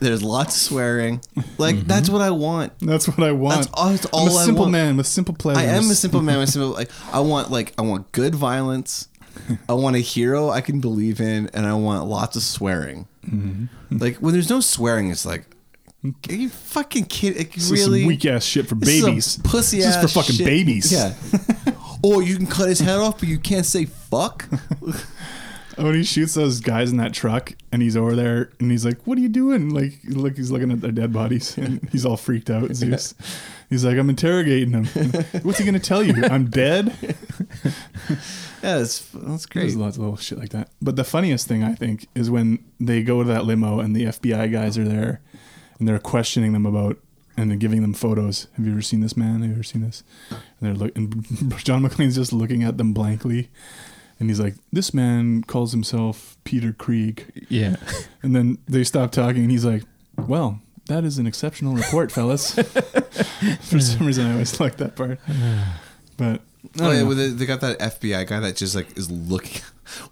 [SPEAKER 1] There's lots of swearing. Like
[SPEAKER 2] Mm-hmm.
[SPEAKER 1] that's what I want.
[SPEAKER 2] That's what I want.
[SPEAKER 1] That's all- that's all
[SPEAKER 2] I'm a
[SPEAKER 1] I
[SPEAKER 2] simple
[SPEAKER 1] want.
[SPEAKER 2] man with simple pleasures.
[SPEAKER 1] I am a simple man with simple like I want like I want good violence. I want a hero I can believe in and I want lots of swearing.
[SPEAKER 2] Mm-hmm.
[SPEAKER 1] Like when there's no swearing it's like are you fucking kidding? Like,
[SPEAKER 2] This is
[SPEAKER 1] really?
[SPEAKER 2] some weak ass shit for
[SPEAKER 1] This is some
[SPEAKER 2] babies.
[SPEAKER 1] pussy
[SPEAKER 2] This is
[SPEAKER 1] ass
[SPEAKER 2] for fucking
[SPEAKER 1] shit.
[SPEAKER 2] babies.
[SPEAKER 1] Yeah. or you can cut his head off but you can't say fuck.
[SPEAKER 2] When he shoots those guys in that truck, and he's over there, and he's like, "What are you doing?" Like, look, he's looking at their dead bodies, and he's all freaked out. Zeus. He's like, "I'm interrogating him. What's he gonna tell you? I'm dead."
[SPEAKER 1] Yeah, that's that's great.
[SPEAKER 2] There's lots of little shit like that. But the funniest thing I think is when they go to that limo and the FBI guys are there and they're questioning them about and they're giving them photos. Have you ever seen this man? Have you ever seen this? And they're look and John McClane's just looking at them blankly. And he's like, This man calls himself Peter Krieg.
[SPEAKER 3] Yeah.
[SPEAKER 2] And then they stop talking and he's like, Well, that is an exceptional report, fellas. For some reason I always like that part. But
[SPEAKER 1] Oh
[SPEAKER 2] I don't
[SPEAKER 1] yeah,
[SPEAKER 2] know.
[SPEAKER 1] well, they, they got that FBI guy that just like is looking.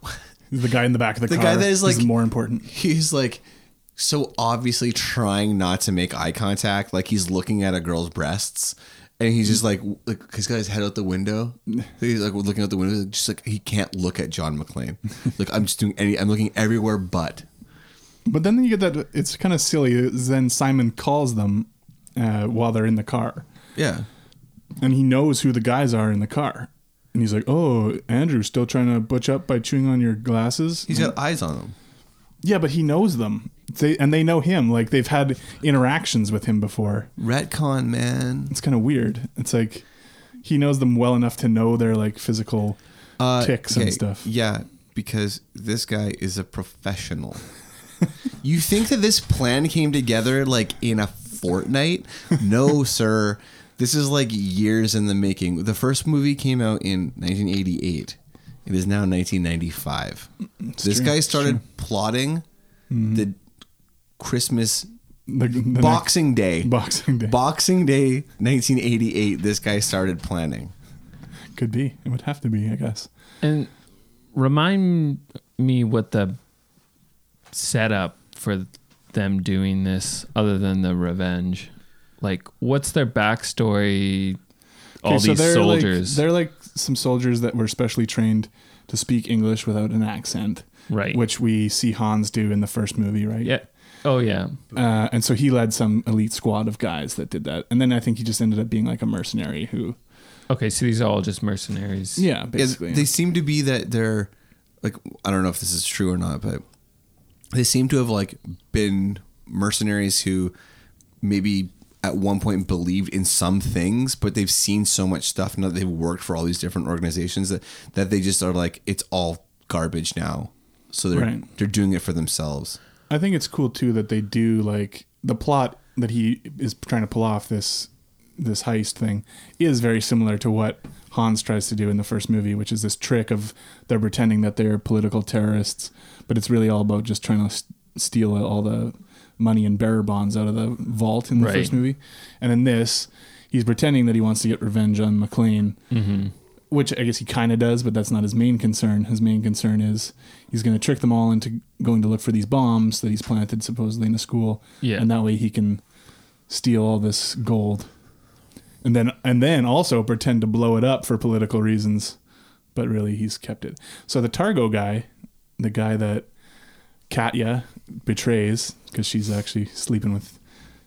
[SPEAKER 2] the guy in the back of the,
[SPEAKER 1] The
[SPEAKER 2] car
[SPEAKER 1] guy that is, like-
[SPEAKER 2] more important.
[SPEAKER 1] he's like so obviously trying not to make eye contact, like he's looking at a girl's breasts, and he's just like, like he's got his head out the window. He's like looking out the window, just like he can't look at John McClane. like I'm just doing any, I'm looking everywhere but.
[SPEAKER 2] But then you get that it's kind of silly. is Then Simon calls them uh, while they're in the car,
[SPEAKER 1] Yeah,
[SPEAKER 2] and he knows who the guys are in the car. And he's like, "Oh, Andrew, still trying to butch up by chewing on your glasses."
[SPEAKER 1] he's got eyes on him.
[SPEAKER 2] yeah, but he knows them. They and they know him. Like they've had interactions with him before.
[SPEAKER 1] Retcon man.
[SPEAKER 2] It's kind of weird. It's like he knows them well enough to know their like physical
[SPEAKER 1] Uh,
[SPEAKER 2] ticks
[SPEAKER 1] okay,
[SPEAKER 2] and stuff.
[SPEAKER 1] Yeah, because this guy is a professional. you think that this plan came together like in a fortnight? No, sir. This is like years in the making. The first movie came out in 1988. It is now 1995. this
[SPEAKER 2] true,
[SPEAKER 1] guy
[SPEAKER 2] it's
[SPEAKER 1] started plotting the Christmas
[SPEAKER 2] The, the next-
[SPEAKER 1] Boxing Day.
[SPEAKER 2] Boxing Day.
[SPEAKER 1] Boxing Day 1988 this guy started planning.
[SPEAKER 2] could be. It would have to be, I guess.
[SPEAKER 3] And remind me what the setup for them doing this, other than the revenge. Like, what's their backstory? All
[SPEAKER 2] Okay,
[SPEAKER 3] these soldiers.
[SPEAKER 2] Like, they're like some soldiers that were specially trained to speak English without an accent.
[SPEAKER 3] Right.
[SPEAKER 2] Which we see Hans do in the first movie, right?
[SPEAKER 3] yeah. Oh yeah.
[SPEAKER 2] Uh, and so he led some elite squad of guys that did that. And then I think he just ended up being like a mercenary who.
[SPEAKER 3] Okay, so these are all just mercenaries.
[SPEAKER 2] Yeah,
[SPEAKER 1] Yeah,
[SPEAKER 2] basically.
[SPEAKER 1] they seem to be that they're like I don't know if this is true or not, but they seem to have like been mercenaries who maybe at one point believed in some things, but they've seen so much stuff now that they've worked for all these different organizations that that they just are like it's all garbage now. So they're
[SPEAKER 2] Right.
[SPEAKER 1] they're doing it for themselves.
[SPEAKER 2] I think it's cool too that they do like the plot that he is trying to pull off this this heist thing is very similar to what Hans tries to do in the first movie, which is this trick of they're pretending that they're political terrorists, but it's really all about just trying to s steal all the money and bearer bonds out of the vault in the
[SPEAKER 3] Right.
[SPEAKER 2] first movie. And in this, he's pretending that he wants to get revenge on McLean, which I guess he kind of does, but that's not his main concern. His main concern is he's going to trick them all into going to look for these bombs that he's planted supposedly in a school,
[SPEAKER 3] Yeah.
[SPEAKER 2] and that way he can steal all this gold, and then and then also pretend to blow it up for political reasons, but really he's kept it. So the Targo guy, the guy that Katya betrays because she's actually sleeping with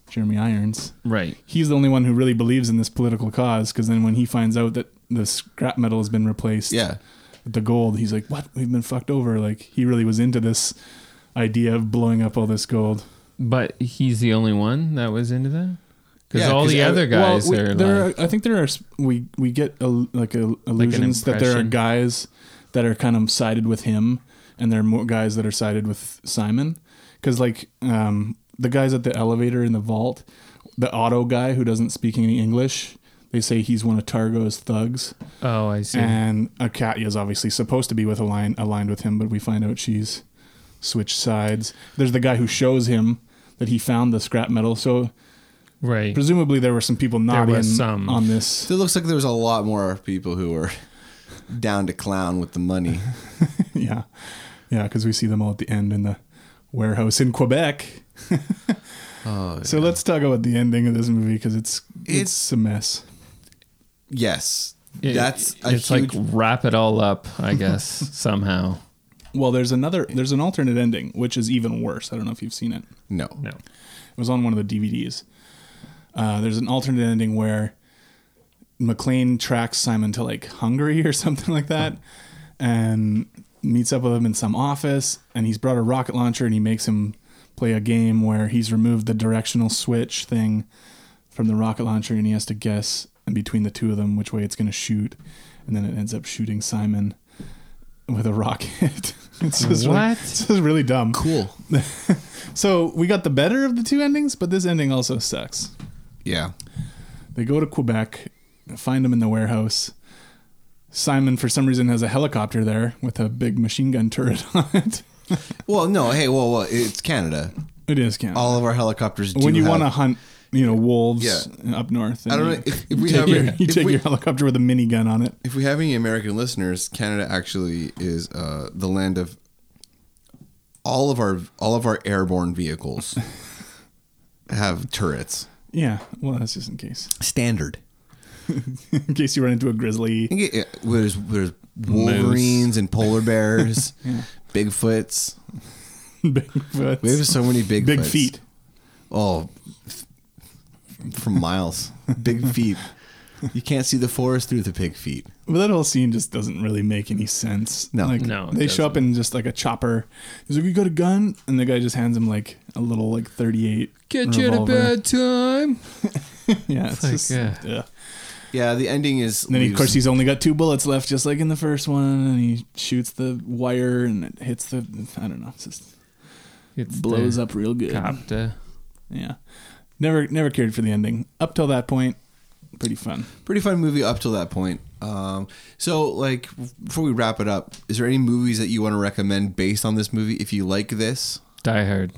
[SPEAKER 2] Jeremy Irons
[SPEAKER 3] Right.
[SPEAKER 2] he's the only one who really believes in this political cause because then when he finds out that the scrap metal has been replaced
[SPEAKER 1] Yeah.
[SPEAKER 2] with the gold he's like what we've been fucked over like he really was into this idea of blowing up all this gold
[SPEAKER 3] But he's the only one that was into that? Because
[SPEAKER 1] Yeah,
[SPEAKER 3] all
[SPEAKER 1] 'cause
[SPEAKER 3] the
[SPEAKER 1] I-
[SPEAKER 3] other guys
[SPEAKER 2] well, we-
[SPEAKER 3] are
[SPEAKER 2] there
[SPEAKER 3] like,
[SPEAKER 2] are, i think there are s- we we get a, like a, illusions that there are
[SPEAKER 3] impression.
[SPEAKER 2] guys that are kind of sided with him and there are more guys that are sided with simon because like um the guys at the elevator in the vault the auto guy who doesn't speak any english they say he's one of targo's thugs
[SPEAKER 3] oh, I see.
[SPEAKER 2] and Akatya is obviously supposed to be with aligned aligned with him, but we find out she's switched sides. There's the guy who shows him that he found the scrap metal, so
[SPEAKER 3] Right.
[SPEAKER 2] Presumably, there were some people nodding
[SPEAKER 3] were some.
[SPEAKER 2] on this.
[SPEAKER 1] It looks like there was a lot more people who were down to clown with the money.
[SPEAKER 2] yeah, yeah, because we see them all at the end in the warehouse in Quebec.
[SPEAKER 1] Oh,
[SPEAKER 2] So let's talk about the ending of this movie because it's, it's
[SPEAKER 1] It's-
[SPEAKER 2] a mess.
[SPEAKER 1] yes,
[SPEAKER 3] It-
[SPEAKER 1] that's a
[SPEAKER 3] it's
[SPEAKER 1] huge.
[SPEAKER 3] like wrap it all up, I guess somehow.
[SPEAKER 2] Well, there's another there's an alternate ending which is even worse. I don't know if you've seen it.
[SPEAKER 1] no,
[SPEAKER 3] No.
[SPEAKER 2] It was on one of the DVDs. Uh, there's an alternate ending where McLean tracks Simon to like Hungary or something like that, and meets up with him in some office. And he's brought a rocket launcher, and he makes him play a game where he's removed the directional switch thing from the rocket launcher, and he has to guess and between the two of them which way it's going to shoot, and then it ends up shooting Simon with a rocket. it's just
[SPEAKER 3] What?
[SPEAKER 2] like, it's just really dumb.
[SPEAKER 1] cool.
[SPEAKER 2] So we got the better of the two endings, but this ending also sucks.
[SPEAKER 1] Yeah,
[SPEAKER 2] They go to Quebec, find him in the warehouse. Simon, for some reason, has a helicopter there with a big machine gun turret on it.
[SPEAKER 1] Well, no, hey, well, well, it's Canada.
[SPEAKER 2] It is Canada.
[SPEAKER 1] All of our helicopters. Do
[SPEAKER 2] when you
[SPEAKER 1] have-
[SPEAKER 2] want to hunt, you know, wolves
[SPEAKER 1] Yeah.
[SPEAKER 2] up north.
[SPEAKER 1] I don't
[SPEAKER 2] and
[SPEAKER 1] know
[SPEAKER 2] you
[SPEAKER 1] if, if we
[SPEAKER 2] take
[SPEAKER 1] have
[SPEAKER 2] your, you
[SPEAKER 1] if
[SPEAKER 2] take
[SPEAKER 1] we,
[SPEAKER 2] your helicopter with a minigun on it.
[SPEAKER 1] if we have any American listeners, Canada actually is uh, the land of all of our all of our airborne vehicles have turrets.
[SPEAKER 2] Yeah. Well, that's just in case.
[SPEAKER 1] Standard.
[SPEAKER 2] In case you run into a grizzly.
[SPEAKER 1] think it, it- there's there's wolverines and polar bears,
[SPEAKER 2] Yeah.
[SPEAKER 1] Bigfoots.
[SPEAKER 2] Bigfoot.
[SPEAKER 1] We have so many Bigfoots.
[SPEAKER 2] Big feet.
[SPEAKER 1] Oh, f- from miles. big feet. You can't see the forest through the big feet.
[SPEAKER 2] Well, that whole scene just doesn't really make any sense.
[SPEAKER 1] No.
[SPEAKER 2] like,
[SPEAKER 3] No, it
[SPEAKER 2] They show up
[SPEAKER 3] doesn't.
[SPEAKER 2] in just like a chopper. He's like, "You got a gun?" And the guy just hands him like a little like thirty-eight. revolver.
[SPEAKER 3] time.
[SPEAKER 2] Yeah, it's
[SPEAKER 3] like,
[SPEAKER 2] just,
[SPEAKER 3] yeah.
[SPEAKER 2] yeah.
[SPEAKER 1] Yeah, the ending is.
[SPEAKER 2] And then of
[SPEAKER 1] leaves-
[SPEAKER 2] course he's only got two bullets left, just like in the first one. And he shoots the wire, and it hits the I don't know, it just
[SPEAKER 3] It's
[SPEAKER 2] blows up real good.
[SPEAKER 3] Capta.
[SPEAKER 2] Yeah, never never cared for the ending up till that point. Pretty fun.
[SPEAKER 1] pretty fun movie up till that point. Um, so, like, before we wrap it up, is there any movies that you want to recommend based on this movie? If you like this,
[SPEAKER 3] Die Hard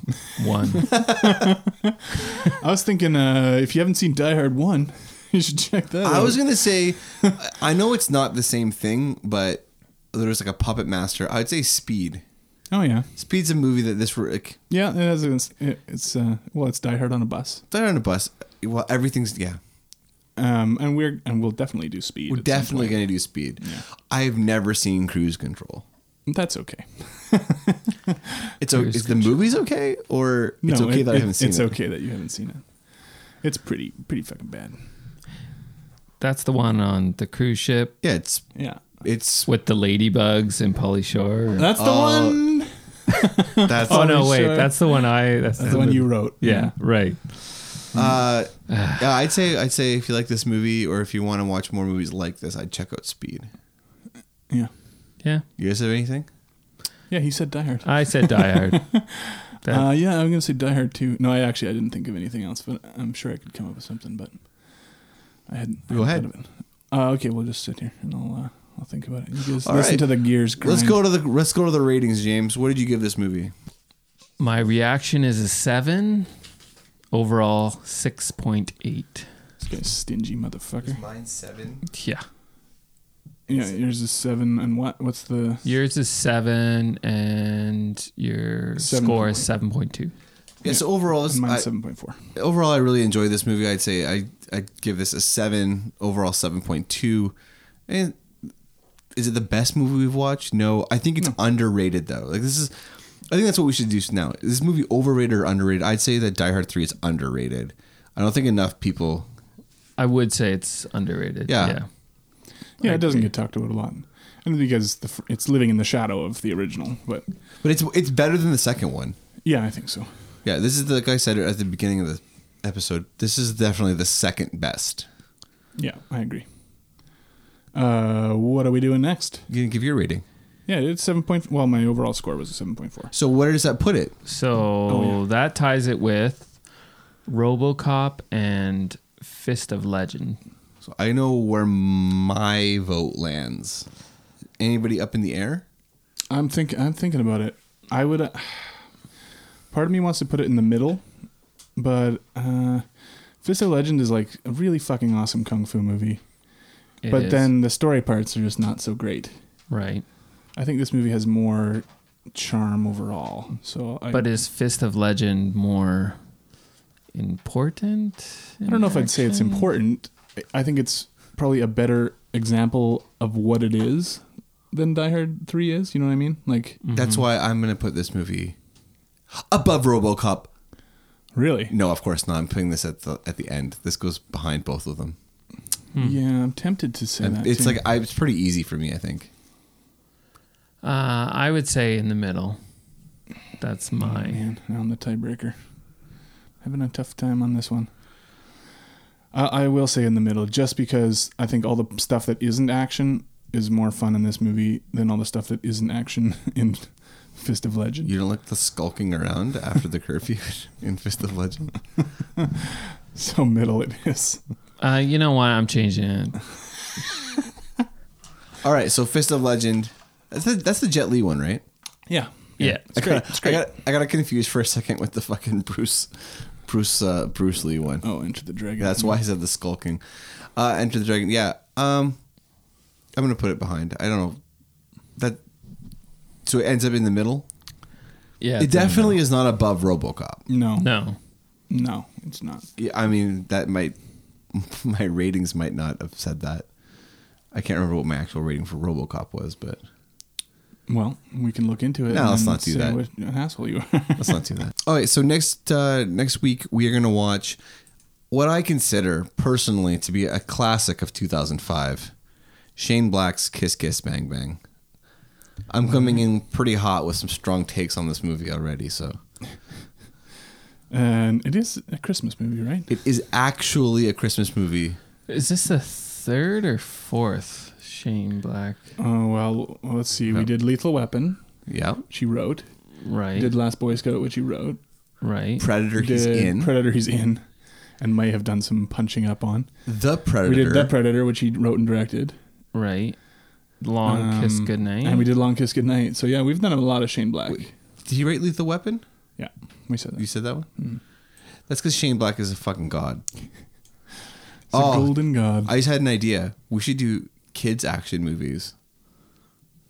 [SPEAKER 3] one.
[SPEAKER 2] I was thinking, uh, if you haven't seen Die Hard one, you should check that.
[SPEAKER 1] I
[SPEAKER 2] out.
[SPEAKER 1] was gonna say, I- I know it's not the same thing, but there's like a puppet master. I'd say Speed.
[SPEAKER 2] Oh yeah,
[SPEAKER 1] Speed's a movie that this like
[SPEAKER 2] yeah. It has a, it's uh, well, it's Die Hard on a bus.
[SPEAKER 1] they're on a bus. Well, everything's yeah.
[SPEAKER 2] Um, and we're and we'll definitely do speed.
[SPEAKER 1] We're
[SPEAKER 2] at some
[SPEAKER 1] definitely
[SPEAKER 2] point.
[SPEAKER 1] gonna do Speed.
[SPEAKER 2] Yeah.
[SPEAKER 1] I've never seen Cruise Control.
[SPEAKER 2] That's okay.
[SPEAKER 1] It's okay.
[SPEAKER 3] Cruise
[SPEAKER 1] Is the movie's okay, or it's okay
[SPEAKER 2] it-
[SPEAKER 1] that I
[SPEAKER 2] it-
[SPEAKER 1] haven't seen
[SPEAKER 2] It's
[SPEAKER 1] it?
[SPEAKER 2] okay that you haven't seen it. It's pretty pretty fucking bad.
[SPEAKER 3] That's the one on the cruise ship
[SPEAKER 1] Yeah, it's
[SPEAKER 2] Yeah,
[SPEAKER 1] it's
[SPEAKER 3] with the ladybugs and Polly Shore.
[SPEAKER 2] that's the
[SPEAKER 1] Oh,
[SPEAKER 2] one.
[SPEAKER 1] that's
[SPEAKER 3] oh no,
[SPEAKER 2] Pauly
[SPEAKER 3] wait.
[SPEAKER 2] Shore.
[SPEAKER 3] That's the one I. That's,
[SPEAKER 2] That's the one you wrote.
[SPEAKER 3] Yeah, right.
[SPEAKER 1] Uh, yeah, I'd say I'd say if you like this movie, or if you want to watch more movies like this, I'd check out Speed.
[SPEAKER 2] yeah,
[SPEAKER 3] Yeah,
[SPEAKER 1] You guys have anything?
[SPEAKER 2] yeah. He said Die Hard.
[SPEAKER 3] I said Die Hard. That-
[SPEAKER 2] Uh, yeah, I'm gonna say Die Hard too. No, I actually I didn't think of anything else, but I'm sure I could come up with something. But I hadn't.
[SPEAKER 1] Go
[SPEAKER 2] I hadn't
[SPEAKER 1] ahead.
[SPEAKER 2] thought of it. Uh, okay, we'll just sit here and I'll uh, I'll think about it. You guys
[SPEAKER 1] All
[SPEAKER 2] listen
[SPEAKER 1] right.
[SPEAKER 2] to the gears. Grind.
[SPEAKER 1] Let's go to the let's go to the ratings, James. What did you give this movie?
[SPEAKER 3] My reaction is a seven. Overall, six point eight.
[SPEAKER 2] This guy's stingy motherfucker.
[SPEAKER 1] Mine seven.
[SPEAKER 3] Yeah.
[SPEAKER 2] Yeah, yours is seven, and what? What's the?
[SPEAKER 3] Yours is seven, and your
[SPEAKER 2] Seven
[SPEAKER 3] score
[SPEAKER 2] point-
[SPEAKER 3] is seven point two.
[SPEAKER 1] Yeah, so overall, it's-
[SPEAKER 2] Mine's
[SPEAKER 1] I-
[SPEAKER 2] seven point four.
[SPEAKER 1] overall, I really enjoyed this movie. I'd say I I give this a seven overall, seven point two. And is it the best movie we've watched? No, I think it's underrated though. Like this is, I think that's what we should do now. Is this movie overrated or underrated? I'd say that Die Hard Three is underrated. I don't think enough people.
[SPEAKER 3] I would say it's underrated.
[SPEAKER 1] Yeah.
[SPEAKER 2] Yeah,
[SPEAKER 3] I
[SPEAKER 2] it doesn't
[SPEAKER 3] agree.
[SPEAKER 2] get talked about a lot. And because the, fr- it's living in the shadow of the original, but
[SPEAKER 1] But it's it's better than the second one.
[SPEAKER 2] yeah, I think so.
[SPEAKER 1] Yeah, this is like I said at the beginning of the episode. This is definitely the second best.
[SPEAKER 2] Yeah, I agree. Uh, what are we doing next?
[SPEAKER 1] You can give your rating.
[SPEAKER 2] Yeah, it's seven point. Well, my overall score was a seven point four.
[SPEAKER 1] So where does that put it?
[SPEAKER 3] So
[SPEAKER 2] Oh, yeah.
[SPEAKER 3] that ties it with RoboCop and Fist of Legend.
[SPEAKER 1] So I know where my vote lands. Anybody up in the air?
[SPEAKER 2] I'm think I'm thinking about it. I would. Uh, part of me wants to put it in the middle, but uh, Fist of Legend is like a really fucking awesome kung fu movie,
[SPEAKER 3] It
[SPEAKER 2] but
[SPEAKER 3] is.
[SPEAKER 2] then the story parts are just not so great.
[SPEAKER 3] right.
[SPEAKER 2] I think this movie has more charm overall. So, I,
[SPEAKER 3] But is Fist of Legend more important?
[SPEAKER 2] I don't know if I'd say it's
[SPEAKER 3] in action?
[SPEAKER 2] important. I- I think it's probably a better example of what it is than Die Hard Three is. You know what I mean? Like,
[SPEAKER 1] That's why I'm gonna put this movie above RoboCop.
[SPEAKER 2] really?
[SPEAKER 1] No, of course not. I'm putting this at the at the end. This goes behind both of them.
[SPEAKER 2] Yeah, I'm tempted to say
[SPEAKER 1] And
[SPEAKER 2] that.
[SPEAKER 1] it's
[SPEAKER 2] too.
[SPEAKER 1] like I, it's pretty easy for me. I think.
[SPEAKER 3] Uh, I would say in the middle. That's
[SPEAKER 2] Oh,
[SPEAKER 3] mine.
[SPEAKER 2] man, now I'm the tiebreaker. Having a tough time on this one. I, I will say in the middle, just because I think all the stuff that isn't action is more fun in this movie than all the stuff that isn't action in Fist of Legend.
[SPEAKER 1] You don't like the skulking around after the curfew in Fist of Legend.
[SPEAKER 2] So middle it is.
[SPEAKER 3] Uh, you know what? I'm changing it.
[SPEAKER 1] All right, so Fist of Legend. That's the, that's the Jet Li one, right?
[SPEAKER 2] Yeah.
[SPEAKER 3] Yeah.
[SPEAKER 1] I got, I got I got confused for a second with the fucking Bruce Bruce uh, Bruce Lee one.
[SPEAKER 2] Oh, Enter the Dragon.
[SPEAKER 1] That's why I said the skulking. Uh, Enter the Dragon. Yeah. Um, I'm gonna put it behind. I don't know that. So it ends up in the middle. it
[SPEAKER 3] Yeah. it's in the
[SPEAKER 1] definitely is not above RoboCop.
[SPEAKER 2] No.
[SPEAKER 3] middle. No.
[SPEAKER 2] No, it's not.
[SPEAKER 1] Yeah, I mean that might my ratings might not have said that. I can't remember what my actual rating for RoboCop was, but
[SPEAKER 2] Well, we can look into it.
[SPEAKER 1] No,
[SPEAKER 2] and
[SPEAKER 1] let's
[SPEAKER 2] then
[SPEAKER 1] not do
[SPEAKER 2] say
[SPEAKER 1] that.
[SPEAKER 2] What an asshole you are.
[SPEAKER 1] let's not do that. All right, so next uh, next week we are going to watch what I consider personally to be a classic of 2005, Shane Black's Kiss Kiss Bang Bang. I'm coming in pretty hot with some strong takes on this movie already, so
[SPEAKER 2] and it is a Christmas movie, right?
[SPEAKER 1] it is actually a Christmas movie.
[SPEAKER 3] Is this the third or fourth Shane Black?
[SPEAKER 2] Oh, well, let's see.
[SPEAKER 1] Yeah.
[SPEAKER 2] We did Lethal Weapon,
[SPEAKER 1] Yeah,
[SPEAKER 2] which he wrote.
[SPEAKER 3] Right.
[SPEAKER 2] did Last Boy Scout, which he wrote.
[SPEAKER 3] right.
[SPEAKER 1] Predator he's
[SPEAKER 2] Did
[SPEAKER 1] in.
[SPEAKER 2] Predator, he's in, and may have done some punching up on.
[SPEAKER 1] the Predator.
[SPEAKER 2] We did The Predator, which he wrote and directed.
[SPEAKER 3] right. Long kiss
[SPEAKER 2] Um,
[SPEAKER 3] goodnight.
[SPEAKER 2] And we did Long Kiss Goodnight. So yeah, we've done a lot of Shane Black.
[SPEAKER 1] Did he write Lethal Weapon?
[SPEAKER 2] Yeah, we said
[SPEAKER 1] You
[SPEAKER 2] that. He's
[SPEAKER 1] said that one?
[SPEAKER 2] Hmm.
[SPEAKER 1] That's because Shane Black is a fucking god.
[SPEAKER 2] a
[SPEAKER 1] Oh.
[SPEAKER 2] golden god.
[SPEAKER 1] I just had an idea. We should do kids action movies.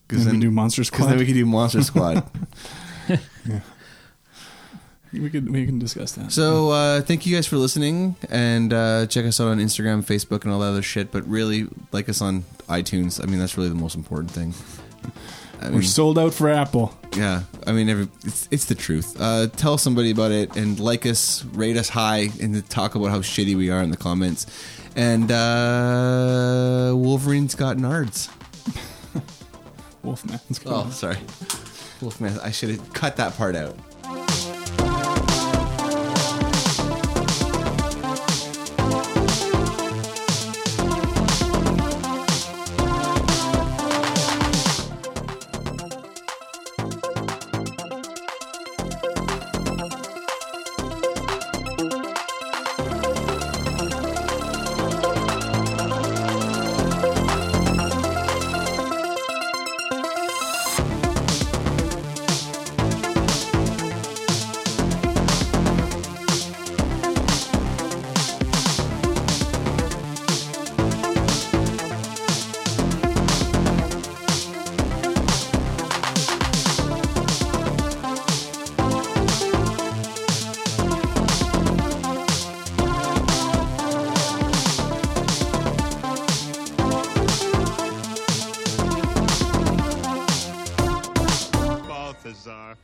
[SPEAKER 2] Because then we do Monster
[SPEAKER 1] Because
[SPEAKER 2] Squad.
[SPEAKER 1] then we could do Monster Squad.
[SPEAKER 2] we could we can discuss that.
[SPEAKER 1] so uh, thank you guys for listening, and uh, check us out on Instagram, Facebook, and all that other shit. But really, like us on iTunes. I mean, that's really the most important thing. I
[SPEAKER 2] We're
[SPEAKER 1] mean,
[SPEAKER 2] sold out for Apple.
[SPEAKER 1] yeah. I mean, every, it's it's the truth. Uh, tell somebody about it, and like us, rate us high, and talk about how shitty we are in the comments. And uh, Wolverine's got nards.
[SPEAKER 2] Wolfman.
[SPEAKER 1] Oh, sorry. Wolfman, I should have cut that part out.
[SPEAKER 6] Balthazar.